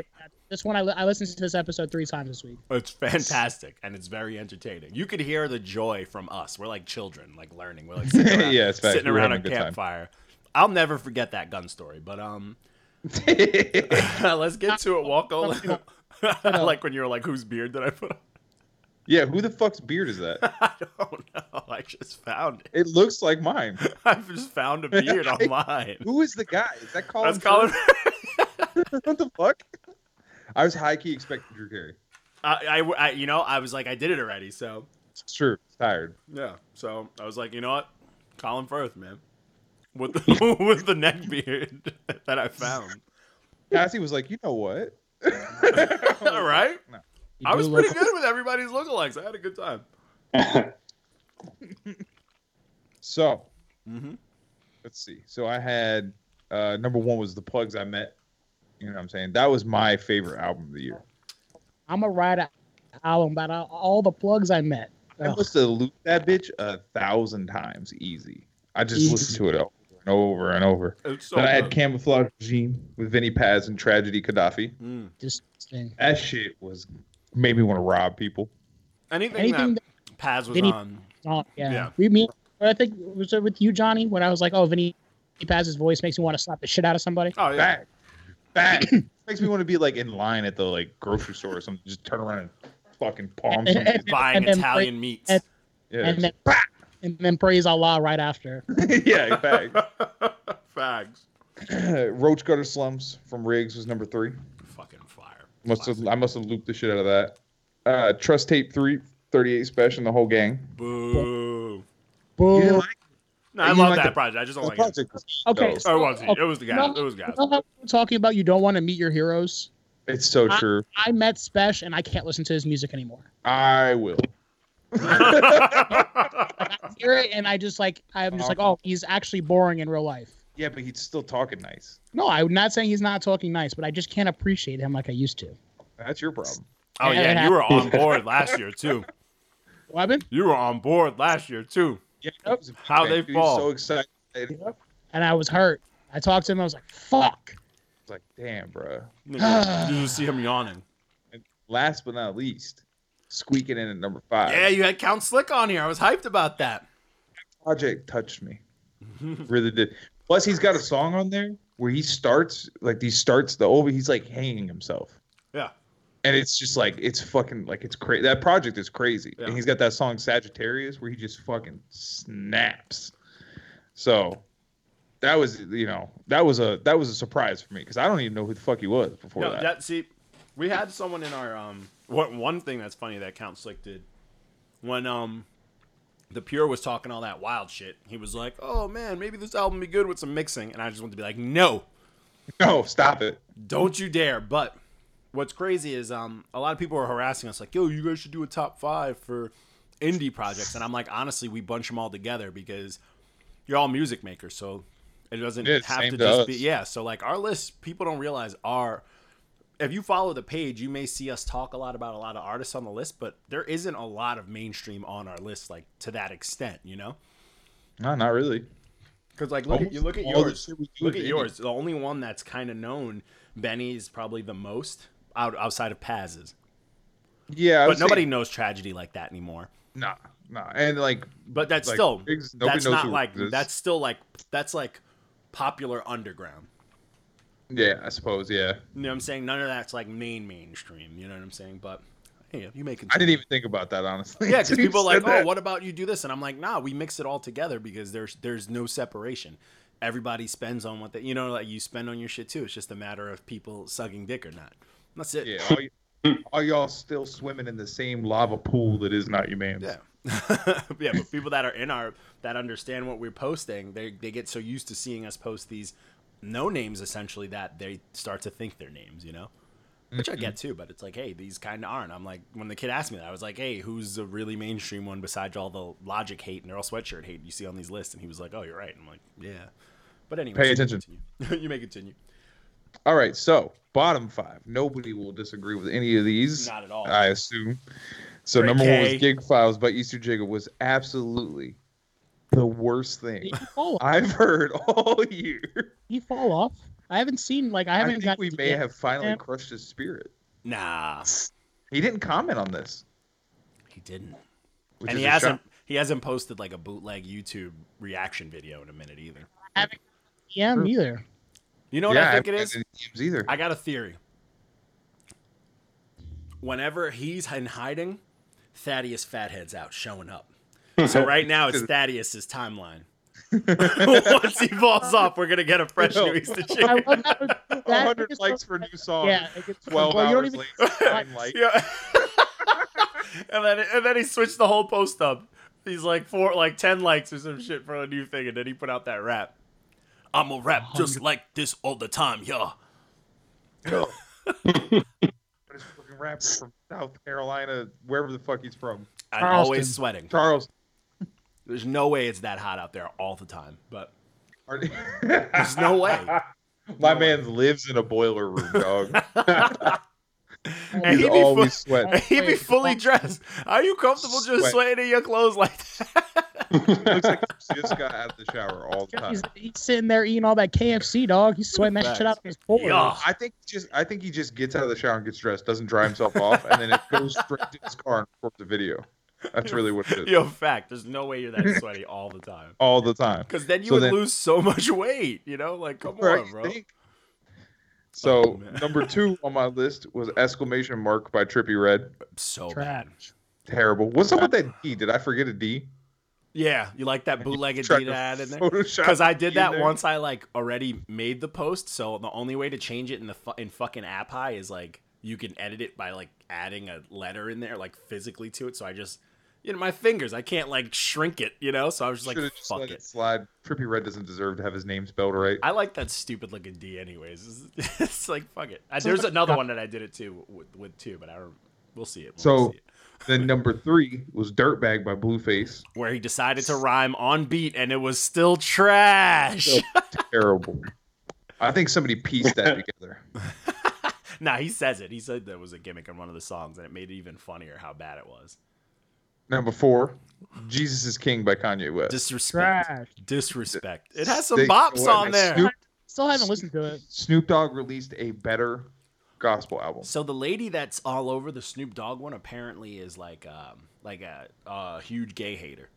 S4: this one I, li- I listened to this episode three times this week.
S2: *laughs*
S3: it's fantastic and it's very entertaining. You could hear the joy from us. We're like children, like learning.
S2: *laughs*
S3: We're like sitting around,
S2: Yeah, it's fact.
S3: sitting
S2: We were
S3: around a
S2: having a good time.
S3: campfire. I'll never forget that gun story. But um, *laughs* let's get to it. Walk over. *laughs* like when you were like, whose beard did I put on? *laughs*
S2: *laughs* yeah, who the fuck's beard is that?
S3: I don't know. I just found it.
S2: It looks like mine.
S3: *laughs* I just found a beard online.
S2: Who is the guy? Is that Colin?
S3: That's Colin.
S2: Firth? *laughs* what the fuck? I was high key expecting Drew Carey.
S3: *laughs* I, I, I, you know, I was like, I did it already. So
S2: It's true. It's tired.
S3: Yeah. So I was like, you know what? Colin Firth, man. With the, *laughs* with the neck beard *laughs* that I found.
S2: Cassie was like, "You know what?"
S3: *laughs* All right.
S4: You
S3: I was
S4: do
S3: pretty
S4: look-
S3: good with everybody's lookalikes. I had a good time.
S2: So
S3: Mhm.
S2: let's see. So I had uh, number one was the plugs I met. You know what I'm saying? That was my favorite album of the year.
S4: I'm a write an album about all- all the plugs I met.
S2: I
S4: Ugh.
S2: must have looped that bitch a thousand times easy. I just listened to it over and over and over.
S3: It's so
S2: then I had
S3: good.
S2: Camouflage Regime with Vinny Paz and Tragedy Gaddafi.
S3: Mm.
S4: Disgusting.
S2: That shit was made me want to rob people.
S3: Anything,
S4: Anything
S3: that, Paz was
S4: Vinny-
S3: on.
S4: Oh, yeah.
S3: Yeah.
S4: We mean, I think was it with you, Johnny, when I was like, "Oh, Vinny Paz's voice makes me want to slap the shit out of somebody."
S3: Oh, yeah.
S2: Back. Back.
S3: *clears throat*
S2: Makes me want to be like in line at the like grocery store or something. Just turn around and fucking palm something.
S3: Buying
S4: And then-
S3: Italian meats. *laughs*
S4: and-
S2: Yeah,
S4: *laughs* And then, and then praise Allah right after.
S2: yeah *laughs* back.
S3: Fags.
S2: *clears throat* Roach Gutter Slums from Riggs was number three.
S3: Fucking fire.
S2: Must have I must have looped the shit out of that. Uh, Trust Tape 3, 38 Special, and the whole gang.
S3: Boo.
S2: You didn't
S4: Boom.
S2: like
S3: No, I
S2: You
S3: love
S2: like
S3: that
S2: the-
S3: project. I just don't
S2: the
S3: like it.
S2: project?
S4: Okay,
S2: No.
S4: so
S3: Oh, it was, it was the guy. It was
S4: *laughs*
S3: guys.
S4: you know how we're talking about you don't want to meet your heroes.
S2: It's so
S4: I-
S2: true.
S4: I met Spesh and I can't listen to his music anymore.
S2: I will.
S4: I hear it and I just like I'm just like, oh, he's actually boring in real life.
S2: Yeah, but he's still talking nice.
S4: No, I'm not saying he's not talking nice, but I just can't appreciate him like I used to.
S2: That's your problem.
S3: *laughs* Oh, yeah.
S4: Yeah, it
S3: and You were on board last year, too.
S4: Weapon?
S3: You were on board last year, too.
S2: Yeah,
S3: How they fall.
S2: so excited. It's
S4: And I was hurt. I talked to him, I was like, fuck.
S2: like, damn, bro.
S3: *sighs* Nigga, you just see him yawning.
S2: Last but not least, squeaking in at number five.
S3: Yeah, you had Count Slick on here. I was hyped about that.
S2: Project touched me. really did. Plus, he's got a song on there where he starts like he starts the over. He's like hanging himself.
S3: Yeah.
S2: And it's just like it's fucking like it's crazy. That project is crazy.
S3: Yeah.
S2: And he's got that song Sagittarius where he just fucking snaps. So that was you know that was a that was a surprise for me because I don't even know who the fuck he was before
S3: No,
S2: that.
S3: that see, we had someone in our um. What one thing that's funny that Count Slick did when um, the Pure was talking all that wild shit. He was like, "Oh man, maybe this album be good with some mixing," and I just wanted to be like, "No,
S2: *laughs* No, stop it.
S3: don't you dare!" But what's crazy is um, a lot of people are harassing us like, "Yo, you guys should do a top five for indie projects," and I'm like, honestly, we bunch them all together because you're all music makers, so it doesn't
S2: Yeah, it's
S3: have
S2: same
S3: to
S2: to
S3: just
S2: us.
S3: be yeah. So like our list, people don't realize are if you follow the page, you may see us talk a lot about a lot of artists on the list, but there isn't a lot of mainstream on our list like to that extent, you know?
S2: No, not really.
S3: Because like look at, you look at
S2: All the
S3: yours,
S2: shit we do
S3: look
S2: is
S3: at
S2: indie.
S3: yours. The only one that's kind of known, Benny is probably the most out, outside of Paz's,
S2: Yeah, I would
S3: but
S2: say-
S3: nobody knows tragedy like that anymore.
S2: Nah, nah, and like
S3: But that's
S2: Like,
S3: still
S2: Biggs- nobody
S3: that's
S2: knows
S3: not
S2: who
S3: like
S2: this-
S3: that's still like that's like popular underground.
S2: yeah, I suppose yeah.
S3: You know what I'm saying? None of that's like main mainstream. You know what I'm saying? But hey, if you make it,
S2: I didn't even think about that honestly. *laughs*
S3: yeah, because
S2: Dude
S3: people are like,
S2: said
S3: oh,
S2: that.
S3: what about you do this? And I'm like, nah, we mix it all together because there's there's no separation. Everybody spends on what they, you know, like you spend on your shit too. It's just a matter of people sucking dick or not. That's it.
S2: Yeah, all y- are y'all still swimming in the same lava pool that is not your man's?
S3: Yeah. *laughs* yeah, but people that are in our that understand what we're posting, they they get so used to seeing us post these no names essentially that they start to think they're names, you know? Which
S2: Mm-hmm.
S3: I get too, but it's like, hey, these kind of aren't. I'm like, when the kid asked me that, I was like, hey, who's the really mainstream one besides all the Logic hate and Earl Sweatshirt hate you see on these lists? And he was like, oh, you're right. And I'm like, yeah. But anyway,
S2: Pay
S3: you may
S2: attention.
S3: continue. *laughs* you may continue.
S2: All right, so bottom five. Nobody will disagree with any of these.
S3: Not at all.
S2: I assume. So
S3: Great
S2: number one
S3: K.
S2: was Gig Files by Easter Jiggle was absolutely the worst thing
S4: Did he fall off?
S2: I've heard *laughs* all year.
S4: Did he fall off? I haven't seen like I
S2: I,
S4: haven't
S2: think
S4: got.
S2: we may have finally
S4: Yeah.
S2: crushed his spirit.
S3: Nah,
S2: He didn't comment on this.
S3: he didn't.
S2: which
S3: and
S2: is
S3: he
S2: a shock.
S3: hasn't he hasn't posted like a bootleg YouTube reaction video in a minute either.
S4: DM either.
S3: You know what I think it
S2: haven't
S3: is?
S2: had any games either.
S3: I got a theory. Whenever he's in hiding, Thaddeus Fathead's out showing up. So right now *laughs* it's Thaddeus's *laughs* timeline. Once he falls off, we're gonna get a fresh
S2: No.
S3: new Easter
S4: *laughs* I
S3: chick.
S4: love that. that- that
S2: 100
S4: is so-
S2: likes for new song.
S4: Yeah, *laughs* it gets-
S2: 12
S4: well, you
S2: hours
S4: don't even- *laughs*
S2: later, nine likes.
S3: Yeah. *laughs* and then and then he switched the whole post up. He's like four like ten likes or some shit for a new thing, and then he put out that rap. I'm a rap just like this all the time, yeah.
S2: But it's fucking
S4: *laughs*
S2: rap from South Carolina, wherever the fuck he's from.
S3: I'm
S4: Charleston.
S3: always sweating.
S2: Charles.
S3: There's no way it's that hot out there all the time,
S2: *laughs*
S3: but
S2: Are-
S3: there's no way.
S2: *laughs*
S3: *laughs*
S2: My man lives in a boiler room, dog.
S3: *laughs* and
S2: He's
S3: he'd be, fu-
S2: always
S3: *laughs*
S2: sweating.
S3: he'd be fully dressed. Are you comfortable just
S2: Sweat.
S3: sweating in your clothes like that? *laughs*
S2: Looks like he just got out of the shower all the time.
S4: He's, he's sitting there eating all that KFC, dog. He's sweating that shit out of his pores.
S3: Yeah.
S2: I think he just I think he just gets out of the shower and gets dressed, doesn't dry himself off, and then it goes straight to his car and records the video. That's really what it is.
S3: Yo, fact. There's no way you're
S2: *laughs*
S3: that sweaty all the time.
S2: All the time.
S3: Because then you
S2: So
S3: would
S2: then-
S3: lose so much weight, you know? Like, come
S2: Right,
S3: on,
S2: you
S3: bro.
S2: think? So
S3: man.
S2: number two on my list was exclamation mark by Trippy Red.
S3: So bad.
S4: Trash.
S2: Terrible. What's up with that D? Did I forget a D?
S3: Yeah, you like that bootleg
S2: Tried to
S3: Adidas ad in
S2: *laughs*
S3: there?
S2: Photoshop
S3: Because I
S2: a D
S3: did
S2: in
S3: that
S2: there?
S3: once I like already made the post, so the only way to change it in the fu- in fucking app high is like you can edit it by like adding a letter in there, like physically to it. So I just you know my fingers, I can't like shrink it, you know. So I was just like,
S2: Should've just
S3: fuck
S2: let
S3: it.
S2: it slide. Trippy Red doesn't deserve to have his name spelled
S3: *laughs*
S2: right.
S3: I like that stupid looking D, anyways. It's, *laughs* it's like fuck it. I, there's another one that I did it too with, with too, but I don't. We'll see it. We'll
S2: So-
S3: see it.
S2: then number three was Dirtbag by Blueface.
S3: where he decided to rhyme on beat and it was still trash.
S2: Still terrible. I think somebody pieced
S3: *laughs*
S2: that together.
S3: nah, he says it. He said that was a gimmick on one of the songs, and it made it even funnier how bad it was.
S2: Number four, Jesus is King by Kanye West.
S3: Disrespect.
S4: Trash.
S3: Disrespect. It has some
S2: They-
S3: bops
S2: what,
S3: on there.
S2: Snoop,
S4: Still haven't listened to it.
S2: Snoop Dogg released a better gospel album.
S3: So the lady that's all over the Snoop Dogg one apparently is like um like a, a huge gay hater.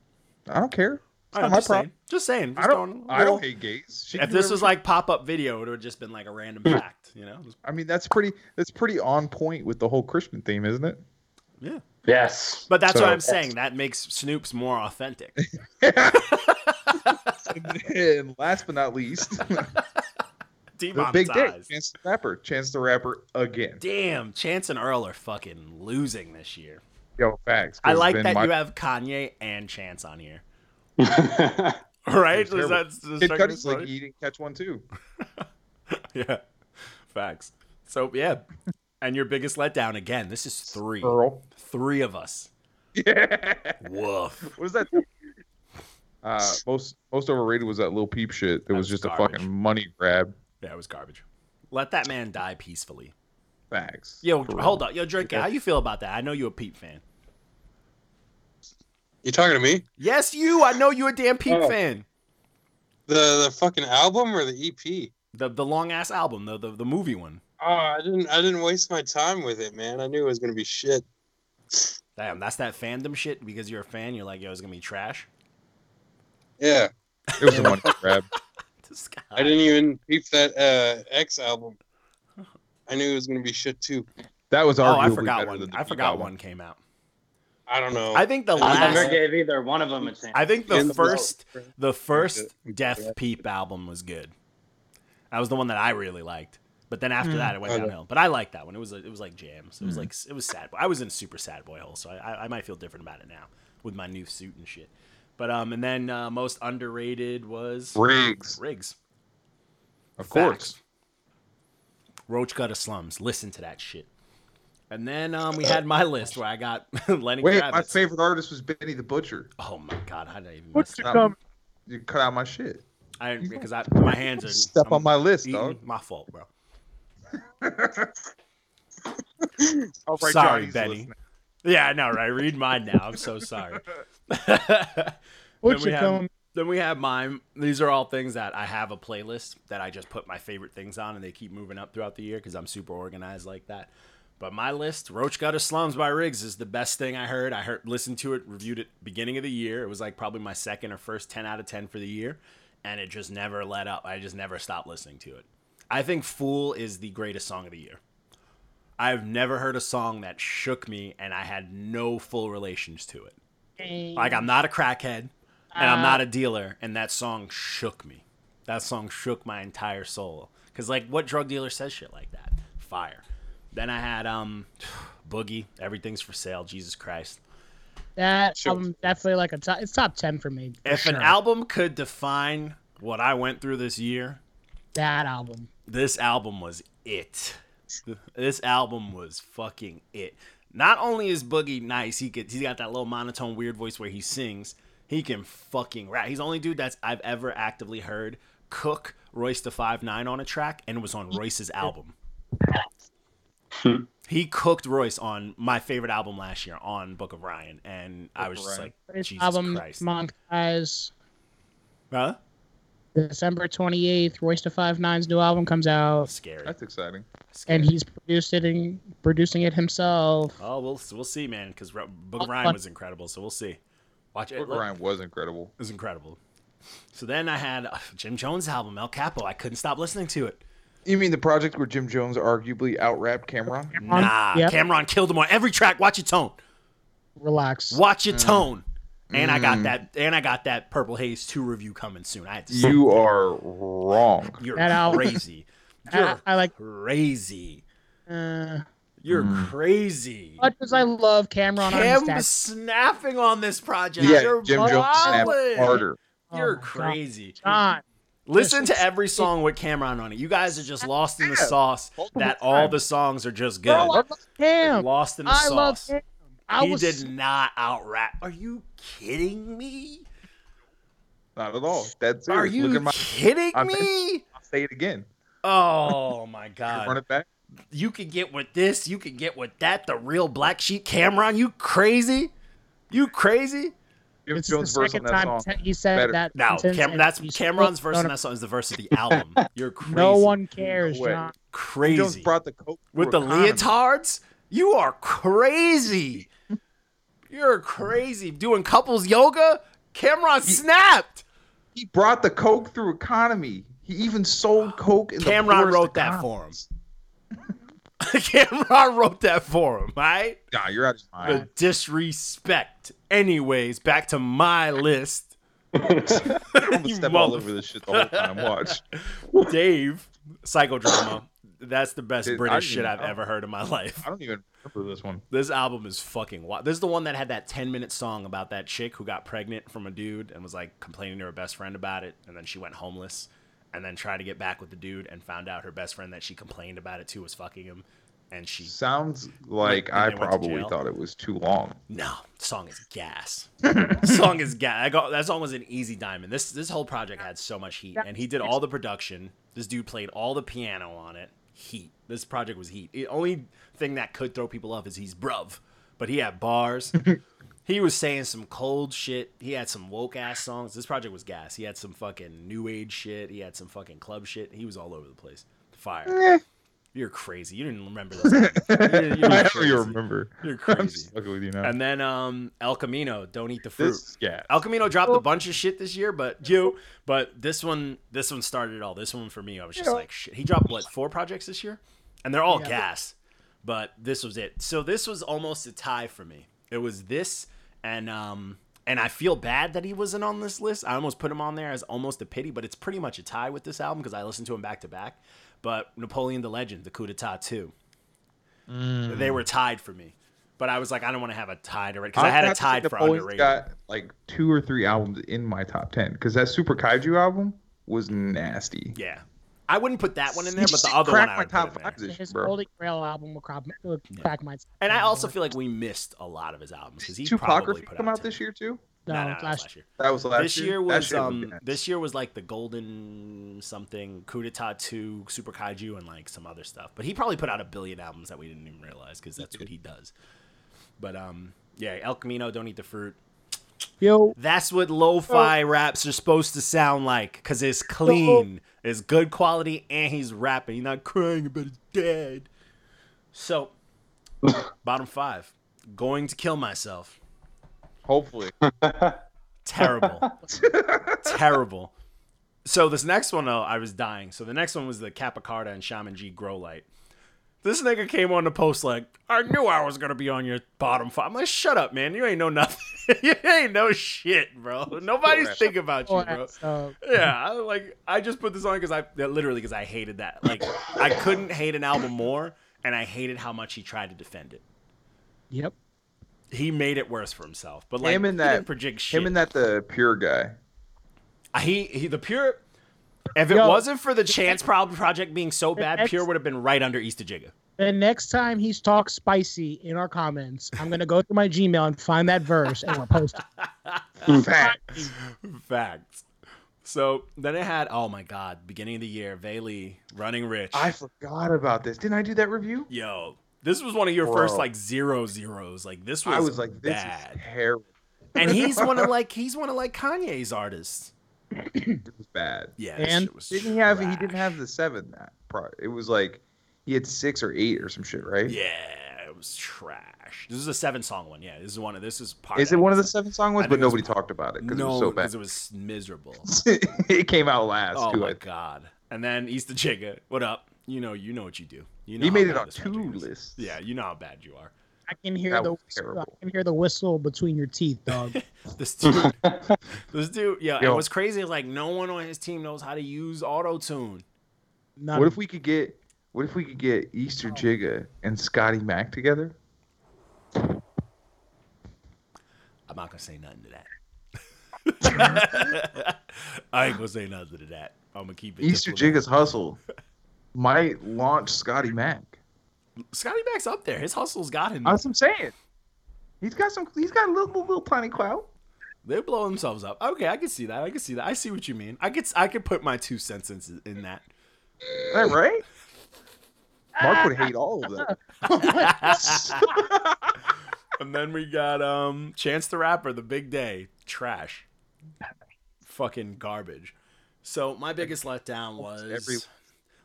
S2: I don't care.
S3: All right, I'm
S2: my
S3: just saying.
S2: problem.
S3: Just saying. Just
S2: I don't.
S3: throwing a
S2: I
S3: little-
S2: don't hate gays. She
S3: If
S2: can
S3: this
S2: do
S3: was
S2: whatever
S3: like pop up video, it would have just been like a random
S2: Hmm.
S3: fact, you know?
S2: she- I mean, that's pretty. That's pretty on point with the whole Christian theme, isn't it?
S5: Yes.
S3: But that's
S2: So-
S3: what I'm saying. That makes Snoop's more authentic.
S2: and last but not
S3: *laughs*
S2: least, *laughs* the big dick,
S3: Demonetized.
S2: Chance the Rapper, Chance the Rapper again.
S3: Damn, Chance and Earl are fucking losing this year.
S2: Yo, facts.
S3: I
S2: 'cause
S3: like
S2: then
S3: that
S2: my-
S3: you have Kanye and Chance on here. *laughs*
S5: Yes.
S3: Right?
S2: It's terrible.
S3: Is that is that
S2: Kid
S3: fucking
S2: Cudi's like
S3: funny?
S2: he didn't catch one too.
S3: *laughs* Yeah. Facts. So yeah. And your biggest letdown again. This is three.
S2: Earl. *laughs*
S3: Three of us.
S2: Yeah.
S3: Woof.
S2: What is that? Uh, most most overrated was that little peep shit. That was
S3: was
S2: just a
S3: garbage.
S2: fucking money grab.
S3: Yeah, it was garbage. Let that man die peacefully.
S2: Facts.
S3: Yo, hold up. Yo, Drake, how you feel about that? I know you're a Peep fan.
S8: You talking to me?
S3: Yes, you. I know you're a damn Peep
S8: Oh.
S3: fan.
S8: The the fucking album or the E EP?
S3: The the long ass album, the, the the movie one.
S8: Oh, I didn't I didn't waste my time with it, man. I knew it was gonna be shit.
S3: Damn, that's that fandom shit. Because you're a fan, you're like, yo, it's gonna be trash. *laughs*
S8: Yeah.
S2: It was a money grab.
S3: This guy.
S8: I didn't even peep that uh X album. I knew it was gonna be shit too.
S2: That was
S3: Oh,
S2: arguably
S3: I forgot
S2: better
S3: one.
S2: than the
S3: I
S2: Peep
S3: forgot
S2: album.
S3: one came out.
S8: I don't know.
S3: I think the
S5: *laughs* I never
S3: last.
S5: gave either one of them a chance.
S3: I think
S8: In
S3: the
S8: the
S3: first, the first
S8: Yeah.
S3: Death Peep album was good. That was the one that I really liked. But then after that, it went
S8: Okay.
S3: downhill. But I liked that one. It was it was like jams. It was like it was sad. boy. I was in a super sad boy hole, so I, I I might feel different about it now with my new suit and shit. But um, and then uh, most underrated was
S2: Riggs.
S3: Riggs.
S2: Of
S3: Facts.
S2: course.
S3: Roach Gutter Slums. Listen to that shit. And then um, we had my list where I got *laughs* Lenny
S2: Uh, Wait, my
S3: Kravitz.
S2: favorite artist was Benny the Butcher.
S3: oh my god, how did I even miss
S2: What's
S3: that?
S2: your comment? You cut out my shit.
S3: I because I my hands are
S2: Step
S3: I'm E
S2: on my list,
S3: eating.
S2: dog.
S3: My fault, bro.
S2: Oh,
S3: sorry, Benny. Yeah, I know, right? Read mine now. I'm
S2: *laughs*
S3: so sorry. *laughs*
S4: What's
S3: we
S4: your
S3: have-
S4: comment?
S3: then we have mine. These are all things that I have a playlist that I just put my favorite things on, and they keep moving up throughout the year because I'm super organized like that. But my list, Roach Gutter Slums by Riggs, is the best thing I heard. I heard, listened to it, reviewed it beginning of the year. It was like probably my second or first 10 out of 10 for the year, and it just never let up. I just never stopped listening to it. I think Fool is the greatest song of the year. I've never heard a song that shook me, and I had no full relations to it. Like I'm not a crackhead and I'm not a dealer, and that song shook me. That song shook my entire soul. Cause like what drug dealer says shit like that? Fire. Then I had um *sighs* Boogie, Everything's for Sale, Jesus Christ.
S4: That album definitely like a top. It's top ten for me. for
S3: If an
S4: sure.
S3: album could define what I went through this year,
S4: that album.
S3: this album was it. This album was fucking it. Not only is Boogie nice, he could, he's got that little monotone weird voice where he sings. He can fucking rap. He's the only dude that's I've ever actively heard cook Royce the Five Nine on a track, and it was on Royce's album. he cooked Royce on my favorite album last year on Book of Ryan, and I was just
S2: Ryan.
S3: like,
S4: His
S3: Jesus
S4: album
S3: Christ,
S4: Monk Eyes.
S3: huh?
S4: December twenty eighth. Royce to Five Nine's new album comes out,
S3: Scary.
S2: That's exciting.
S3: Scary.
S4: and he's producing producing it himself.
S3: Oh, we'll we'll see, man. Because Book of
S4: Oh,
S3: Ryan
S4: fuck.
S3: was incredible, so we'll see. Watch it.
S2: Rick
S3: It
S2: Ryan was incredible.
S3: was incredible. So then I had uh, Jim Jones' album El Capo. I couldn't stop listening to it.
S2: You mean the project where Jim Jones arguably outrapped Cameron?
S4: Um,
S3: Nah,
S4: yeah.
S3: Cameron killed him on every track. Watch your tone.
S4: Relax.
S3: Watch
S2: Mm.
S3: your tone. And I got that. And I got that Purple Haze two review coming soon. I had to.
S2: You are wrong.
S3: you're
S4: That album- *laughs*
S3: crazy.
S4: I,
S3: You're
S4: I like.
S3: crazy.
S4: Uh,
S3: You're
S2: Mm.
S3: crazy.
S4: much as I love Cameron
S3: Cam
S4: on
S3: was snapping on this project.
S2: Yeah,
S3: You're
S2: Jim Jones snapped
S3: balling.
S2: harder.
S4: Oh,
S3: You're crazy.
S4: John,
S3: Listen to every song with Cameron on it. You guys are just lost in the sauce that all the songs are just good.
S4: Bro, I love Cam.
S3: Lost in the
S4: I love
S3: sauce.
S4: Cam. I
S3: He
S4: was
S3: did not out rap. Are you kidding me?
S2: Not at all. That's
S3: Are
S2: serious. Look
S3: you
S2: at my.
S3: kidding
S2: I'm-
S3: me?
S2: I'll say it again. *laughs*
S3: Oh my
S2: Run
S3: god.
S2: it back.
S3: You can get with this, you can get with that, the real black sheep Cameron. You crazy? You crazy?
S2: Jim
S4: It's the
S2: Jones verse on
S4: second
S2: that
S4: time
S2: song.
S4: te- he said
S2: better.
S4: that.
S3: No,
S4: sentence
S3: Cam-
S4: and
S3: that's
S4: he's
S3: Cameron's
S4: still-
S3: verse on
S4: no,
S3: that song is the verse of the album. You're crazy.
S4: *laughs* No one cares,
S2: No way.
S4: John.
S2: Jim
S3: crazy.
S2: Jones brought the coke
S3: with the
S2: through economy.
S3: leotards? You are crazy. You're crazy. Doing couples yoga?
S2: *laughs*
S3: Cameron snapped.
S2: He brought the coke through economy. He even sold coke in the
S3: Cameron
S2: poorest
S3: wrote that
S2: economies.
S3: for him. Cameron wrote that for him, right?
S2: Nah, you're
S3: *laughs*
S2: out of your mind. *laughs*
S3: The disrespect. Anyways, back to
S2: *laughs*
S3: my list.
S2: I'm gonna
S3: You
S2: step all over this shit the whole time. Watch.
S3: Dave, psychodrama. That's the best
S2: Dude, I
S3: British
S2: didn't
S3: shit
S2: even
S3: I've
S2: know.
S3: ever heard in my life.
S2: I don't even remember this one.
S3: This album is fucking wild. This is the one that had that 10 minute song about that chick who got pregnant from a dude and was like complaining to her best friend about it. And then she went homeless and then tried to get back with the dude and found out her best friend that she complained about it to was fucking him. And she,
S2: Sounds like
S3: When
S2: I
S3: they went to
S2: probably
S3: jail.
S2: thought it was too long.
S3: *laughs* no, the song is gas. The song is gas. I got, that song was an easy diamond. This, this whole project had so much heat. And he did all the production. This dude played all the piano on it. Heat. This project was heat. The only thing that could throw people off is he's bruv. But he had bars. he was saying some cold shit. He had some woke ass songs. This project was gas. He had some fucking new age shit. He had some fucking club shit. He was all over the place. Fire. You're crazy. You didn't remember this.
S2: *laughs*
S3: You're,
S2: I
S3: you're
S2: don't
S3: crazy.
S2: even remember. *laughs*
S3: You're
S2: I'm
S3: crazy.
S2: stuck with you now.
S3: And then um, El Camino, don't eat the fruit.
S2: this yeah.
S3: El Camino dropped a bunch of shit this year, but you, but this one, this one started it all. This one for me, I was just like, shit. He dropped what four projects this year, and they're all gas, but this was it. So this was almost a tie for me. It was this, and um, and I feel bad that he wasn't on this list. I almost put him on there as almost a pity, but it's pretty much a tie with this album because I listened to him back to back. But Napoleon the Legend, the Coup d'Etat too, they
S2: Mm.
S3: were tied for me. But I was like, I don't want to have a tie to because I
S2: I'm
S3: had a
S2: not
S3: tied
S2: saying
S3: for
S2: Napoleon's
S3: underrated.
S2: Got like two or three albums in my top ten because that Super Kaiju album was nasty.
S3: Yeah. I wouldn't put that one in there,
S2: You
S3: but the
S2: should
S3: other
S2: crack
S3: one I
S2: my
S3: would
S2: top
S3: put in there.
S2: fives this
S4: His
S2: year, bro.
S4: Holy Grail album will crack, will crack my.
S3: And I also feel like we missed a lot of his albums because he
S2: Did
S3: probably
S2: Tupography
S3: put
S2: come
S3: out
S2: out this year too?
S4: no,
S3: No, no,
S4: last
S3: last year.
S2: That was last
S3: this year
S2: year. That
S3: was
S2: shit
S3: um
S2: gas.
S3: this year was like the golden something coup d'etat 2 super kaiju and like some other stuff but he probably put out a billion albums that we didn't even realize because that's what he does but um yeah el camino don't eat the fruit
S4: Yo,
S3: that's what lo-fi raps are supposed to sound like because it's clean it's good quality and he's rapping he's not crying about his dad so bottom five going to kill myself
S2: Hopefully, *laughs*
S3: terrible terrible so this next one though i was dying so the next one was the capicarda and shaman g grow light this nigga came on the post like i knew i was gonna be on your bottom five i'm like shut up man you ain't know nothing *laughs* you ain't know shit bro nobody's
S2: Correct.
S3: thinking about you
S4: boy,
S3: bro
S4: so
S3: yeah, I, like I just put this on because I that- literally because I hated that. Like I couldn't hate an album more, and I hated how much he tried to defend it.
S4: yep.
S3: He made it worse for himself. But like
S2: Him and
S3: he didn't
S2: that-
S3: project shit.
S2: him and that the pure guy.
S3: he he the pure. If it
S4: Yo.
S3: wasn't for the Chance Problem project being so bad,
S4: Ex-
S3: Pure would have been right under Easter Jigga.
S4: The next time he's talk spicy in our comments, I'm gonna go through my Gmail and find that verse and we'll post it.
S2: Facts.
S3: Facts. So then it had oh my god, beginning of the year, Bailey running rich.
S2: *laughs* I forgot about this. Didn't I do that review?
S3: Yo, this was one of your
S2: Bro.
S3: first like zero zeros. Like this was
S2: I was like, this
S3: bad.
S2: is terrible. *clears throat*
S3: and he's one of like he's one of like Kanye's artists.
S2: It was bad.
S3: Yeah,
S4: this And- shit
S3: was
S2: Didn't he have? He didn't have the seven. That pro- it was like he had six or eight or some shit, right?
S3: Yeah, it was trash. This is a seven song one. Yeah, this is one of this is part.
S2: Is it one of the seven song ones?
S3: I
S2: But
S3: think it was-
S2: nobody talked about it because
S3: No,
S2: it was
S3: because it was miserable.
S2: so bad. *laughs* it came out last
S3: oh
S2: too.
S3: my
S2: I-
S3: god! And then Easter Jigga, what up? You know, you know what you do. You know
S2: He
S3: how
S2: made it
S3: bad
S2: on
S3: this project
S2: two
S3: is.
S2: lists.
S3: Yeah, you know how bad you are.
S4: I can hear
S2: That
S4: the
S2: was terrible.
S4: I can hear the whistle between your teeth,
S3: *laughs*
S4: dog.
S3: This dude, this dude, yeah.
S2: Yo.
S3: And what's crazy is like no one on his team knows how to use auto tune.
S4: None.
S2: What if we could get? What if we could get
S3: Oh.
S2: Easter Jigga and Scotty Mack together?
S3: I'm not gonna say nothing to that. *laughs* I ain't gonna say nothing to that. I'm gonna keep it.
S2: Easter
S3: diplomatic.
S2: Jigga's hustle might launch Scotty
S3: *laughs*
S2: Mack.
S3: Scotty Mack's up there. His hustle's got him.
S2: That's what I'm saying. He's got some. He's got a little little tiny clout.
S3: They blow themselves up. Okay, I can see that. I can see that. I see what you mean. I could I could put my two cents in, in that.
S2: Is that right? Mark would hate all of that.
S3: and then we got um Chance the Rapper, The Big Day, trash, fucking garbage. So my biggest letdown was
S2: Every-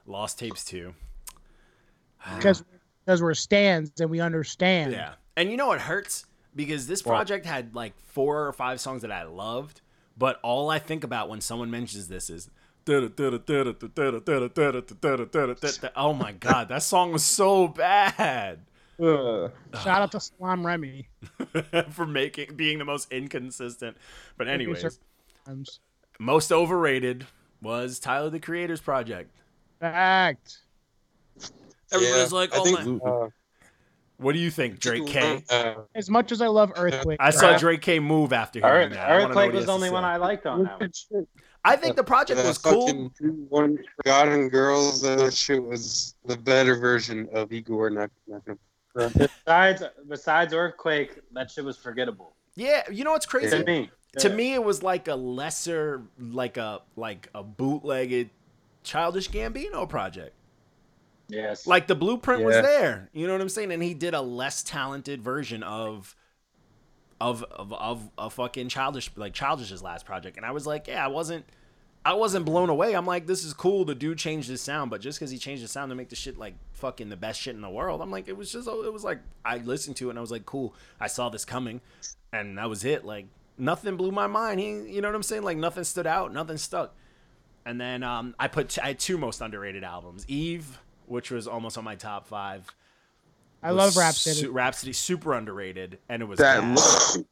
S3: Lost Tapes Two.
S4: *laughs*
S3: *sighs*
S4: because because we're stands and we understand.
S3: Yeah, and you know what hurts because this project had like four or five songs that I loved, but all I think about when someone mentions this is. Oh my god, that song was so bad *laughs*
S2: Ugh.
S4: Shout out to Salam Remy.
S3: for making being the most inconsistent. But anyways,
S4: Times.
S3: most overrated was Tyler the Creator's project.
S4: Fact.
S3: Everybody's like,
S8: I
S3: "Oh
S8: think,
S3: my!" What do you think, Drake K?
S8: uh,
S4: As much as I love Earthquake,
S3: I saw
S5: Earth-
S3: Drake K move after hearing
S5: Earth,
S3: that. I wanna know
S5: Earthquake
S3: what he
S5: was
S3: has
S5: the
S3: to
S5: only
S3: say.
S5: one I liked
S8: Oh,
S5: on that one.
S3: I think the project
S8: that
S3: was cool.
S8: fucking one Forgotten Girls, uh, that shit was the better version of Igor. Not, not gonna,
S5: Besides, besides Earthquake, that shit was forgettable
S3: Yeah, you know what's crazy?
S5: to me.
S3: to me it was like a lesser like a like a bootlegged childish gambino project
S5: yes.
S3: like the blueprint was
S8: Yeah.
S3: there you know what i'm saying and he did a less talented version of of of of a fucking childish like childish's last project and i was like yeah i wasn't i wasn't blown away i'm like this is cool the dude changed his sound but just because he changed his sound to make the shit like fucking the best shit in the world i'm like it was just it was like i listened to it and i was like cool i saw this coming and that was it like nothing blew my mind he you know what i'm saying like nothing stood out nothing stuck and then um, I put I had two most underrated albums: Eve, which was almost on my top five.
S4: I
S3: was
S4: love Rhapsody.
S3: su- Rhapsody, super underrated, and it was
S2: that
S3: bad.
S2: look-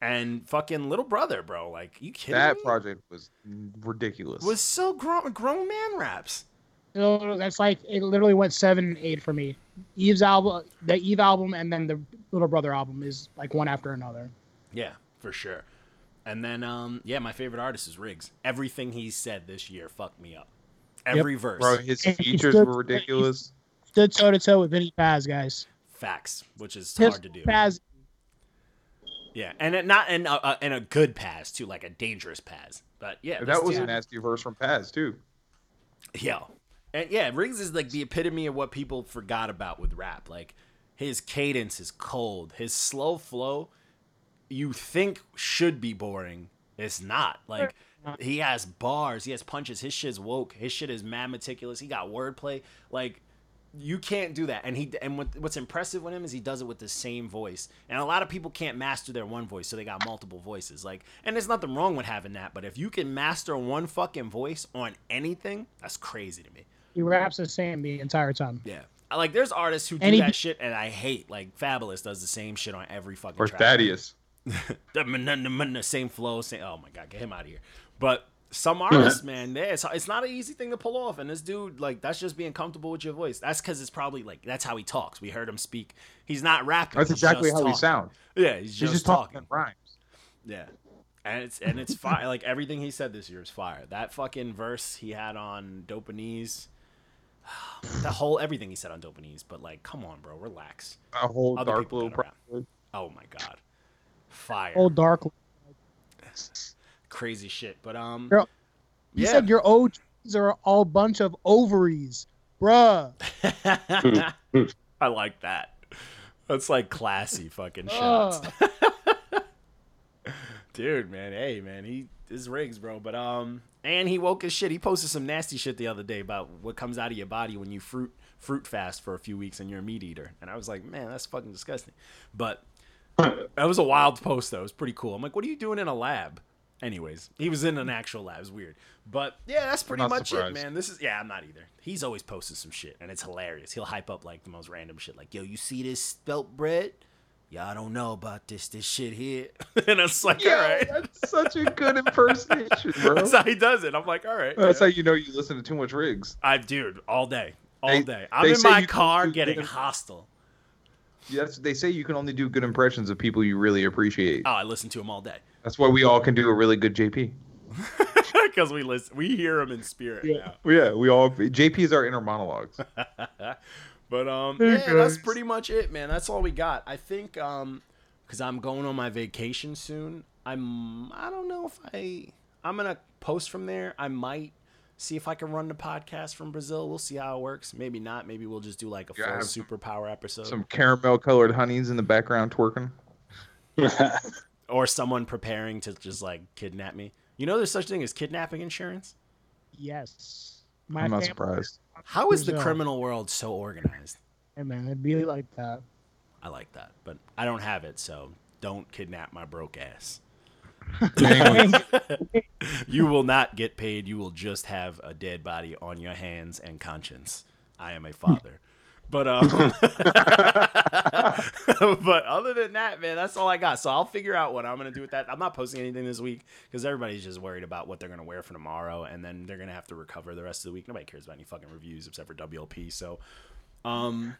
S3: and fucking Little Brother, bro. Like you kidding
S2: that
S3: me?
S2: project was ridiculous.
S3: was so grown grown man raps.
S4: So that's like it literally went seven and eight for me. Eve's album, the Eve album, and then the Little Brother album is like one after another.
S3: Yeah, for sure. And then um, yeah, my favorite artist is Riggs. Everything he said this year fucked me up. Every verse,
S2: bro, his
S4: And he
S2: features
S4: stood-
S2: were ridiculous.
S4: Stood toe to toe with Vinny Paz, guys.
S3: facts, which is
S4: His
S3: hard to do.
S4: Paz,
S3: Yeah, and it, not and a, a, and a good pass too, like a dangerous pass. But yeah, this
S2: That was
S3: dude-
S2: a nasty verse from Paz too.
S3: Yeah. And yeah, Riggs is like the epitome of what people forgot about with rap. Like his cadence is cold. His slow flow you think should be boring. It's not. Like he has bars, he has punches, his shit's woke, his shit is mad meticulous. He got wordplay. Like you can't do that. And he and what, what's impressive with him is he does it with the same voice. And a lot of people can't master their one voice, so they got multiple voices. Like, and there's nothing wrong with having that, but if you can master one fucking voice on anything, that's crazy to me.
S4: he raps the same the entire time.
S3: Yeah. Like there's artists who do
S4: And he-
S3: that shit and I hate. Like Fabulous does the same shit on every fucking
S2: Or
S3: track.
S2: Thaddeus.
S3: The same flow, same oh my god, get him out of here. But some artists, man, they- it's, it's not an easy thing to pull off. And this dude, like, that's just being comfortable with your voice. That's because it's probably like that's how he talks. We heard him speak. He's not rapping.
S2: That's
S3: he's
S2: exactly
S3: just
S2: how he
S3: talking.
S2: sounds.
S3: Yeah, he's just,
S2: He's just
S3: talking.
S2: talking in rhymes.
S3: Yeah. And it's and it's fire. like everything he said this year is fire. That fucking verse he had on Dopanese. *sighs* The whole everything he said on Dopanese, but like, come on, bro, relax.
S2: A whole
S3: Other
S2: dark
S3: people
S2: blue.
S3: gotta Oh my god, fire,
S4: Old Dark.
S3: crazy shit. But um,
S4: Bro, He
S3: yeah, *laughs*
S4: said your OGs are all bunch of ovaries, bruh.
S3: I like that. That's like classy fucking shots.
S4: Ugh.
S3: dude man hey man he is rigs bro but um and he woke his shit he posted some nasty shit the other day about what comes out of your body when you fruit fruit fast for a few weeks and you're a meat eater and i was like man that's fucking disgusting but that was a wild post though it was pretty cool i'm like what are you doing in a lab anyways he was in an actual lab it's weird but yeah that's pretty
S2: not
S3: much
S2: surprised.
S3: it man this is yeah i'm not either he's always posting some shit and it's hilarious he'll hype up like the most random shit like yo you see this spelt bread y'all don't know about this this shit here *laughs* and it's like all
S2: Yeah,
S3: right
S2: that's such a good impersonation, bro.
S3: that's how he does it. I'm like, all right.
S2: That's
S3: yeah.
S2: how you know you listen to too much Riggs.
S3: I dude, all day, all
S2: They-
S3: day. I'm
S2: they
S3: in
S2: say
S3: my
S2: you can
S3: car
S2: do
S3: getting
S2: good-
S3: hostile.
S2: Yes, they say you can only do good impressions of people you really appreciate.
S3: Oh, I listen to him all day *laughs*
S2: That's why we all can do a really good JP.
S3: because we listen, we hear him in spirit now.
S2: Well, yeah, we all JP is our inner
S3: *laughs*
S2: monologues.
S3: but um,
S4: Hey,
S3: yeah, that's
S4: guys.
S3: pretty much it, man. That's all we got. I think um, because I'm going on my vacation soon. I'm I don't know if I I'm gonna post from there. I might see if I can run the podcast from Brazil. We'll see how it works. Maybe not. Maybe we'll just do like a
S2: Yeah, I
S3: full
S2: have some-
S3: superpower episode
S2: Some caramel colored honeys in the background twerking.
S3: or someone preparing to just like kidnap me. You know, there's such thing as kidnapping insurance.
S4: Yes. My
S2: I'm not
S4: family-
S2: surprised.
S3: How is the
S4: Brazil.
S3: criminal world so organized?
S4: Hey, man, it'd be like that.
S3: I like that, but I don't have it, so don't kidnap my broke ass.
S2: Dang.
S3: *laughs* you will not get paid. You will just have a dead body on your hands and conscience. I am a father. But um, *laughs* but other than that, man, that's all I got. So I'll figure out what I'm gonna do with that. I'm not posting anything this week because everybody's just worried about what they're gonna wear for tomorrow, and then they're gonna have to recover the rest of the week. Nobody cares about any fucking reviews except for WLP. So, um,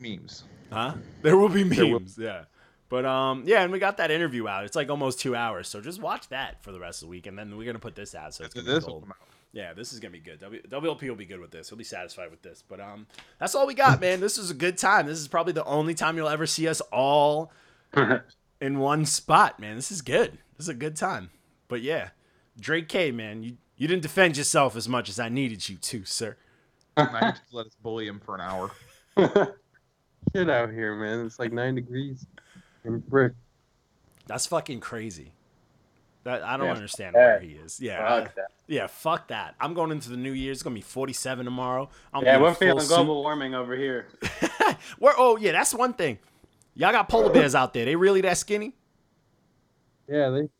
S2: memes.
S3: Huh? There will be memes.
S2: There will-
S3: Yeah. But um, yeah, and we got that interview out. It's like almost two hours, so just watch that for the rest of the week, and then we're gonna put this out. So it's gonna
S2: This
S3: be
S2: will
S3: gold.
S2: come out.
S3: Yeah, this is gonna be good. W- WLP will be good with this. He'll be satisfied with this. But um, that's all we got, man. This is a good time. This is probably the only time you'll ever see us
S2: *laughs*
S3: all in one spot, man. This is good. This is a good time. But yeah, Drake K, man, you you didn't defend yourself as much as I needed you to, sir.
S2: I just let us bully him for an
S3: *laughs*
S2: hour.
S8: Shit out here, man. It's like nine degrees. And brick.
S3: That's fucking crazy. That I don't
S5: Yeah,
S3: understand
S5: fuck
S3: where
S5: that.
S3: he is. Yeah, I-
S5: *laughs* Fuck that.
S3: Yeah, fuck that. I'm going into the new year. It's gonna be 47 tomorrow. I'm gonna be
S5: Yeah,
S3: in
S5: we're
S3: a full
S5: feeling
S3: suit. *laughs*
S5: global warming over here.
S3: We're- oh yeah, that's one thing. Y'all got polar bears out there. They really that skinny?
S8: Yeah, they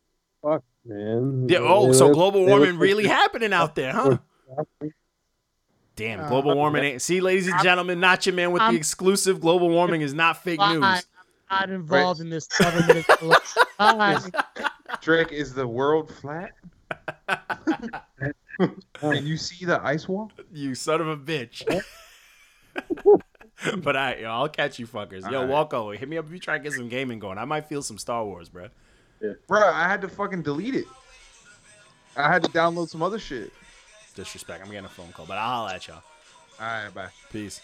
S8: fuck, man.
S3: Yeah. Oh,
S8: They
S3: so
S8: look-
S3: global
S8: they look
S3: warming
S8: like-
S3: really happening out there, huh?
S4: Uh,
S5: Uh,
S3: Damn, global warming ain't. See, ladies and gentlemen, not your man with
S4: I'm-
S3: the exclusive. Global warming is not fake
S4: Why?
S3: news.
S4: I'm not involved in this government.
S2: *laughs*
S4: Why?
S2: Drake, is the world
S3: *laughs*
S2: flat? Can you see the ice wall?
S3: You son of a bitch. *laughs*
S5: *laughs*
S3: but I, yo, I'll catch you fuckers. Yo,
S2: Alright.
S3: Walko, hit me up if you try to get some gaming going. I might feel some Star Wars, bruh.
S2: Bro, I had to fucking delete it. I had to download some other shit.
S3: Disrespect. I'm getting a phone call, but I'll holler at y'all.
S2: All right, bye.
S3: Peace.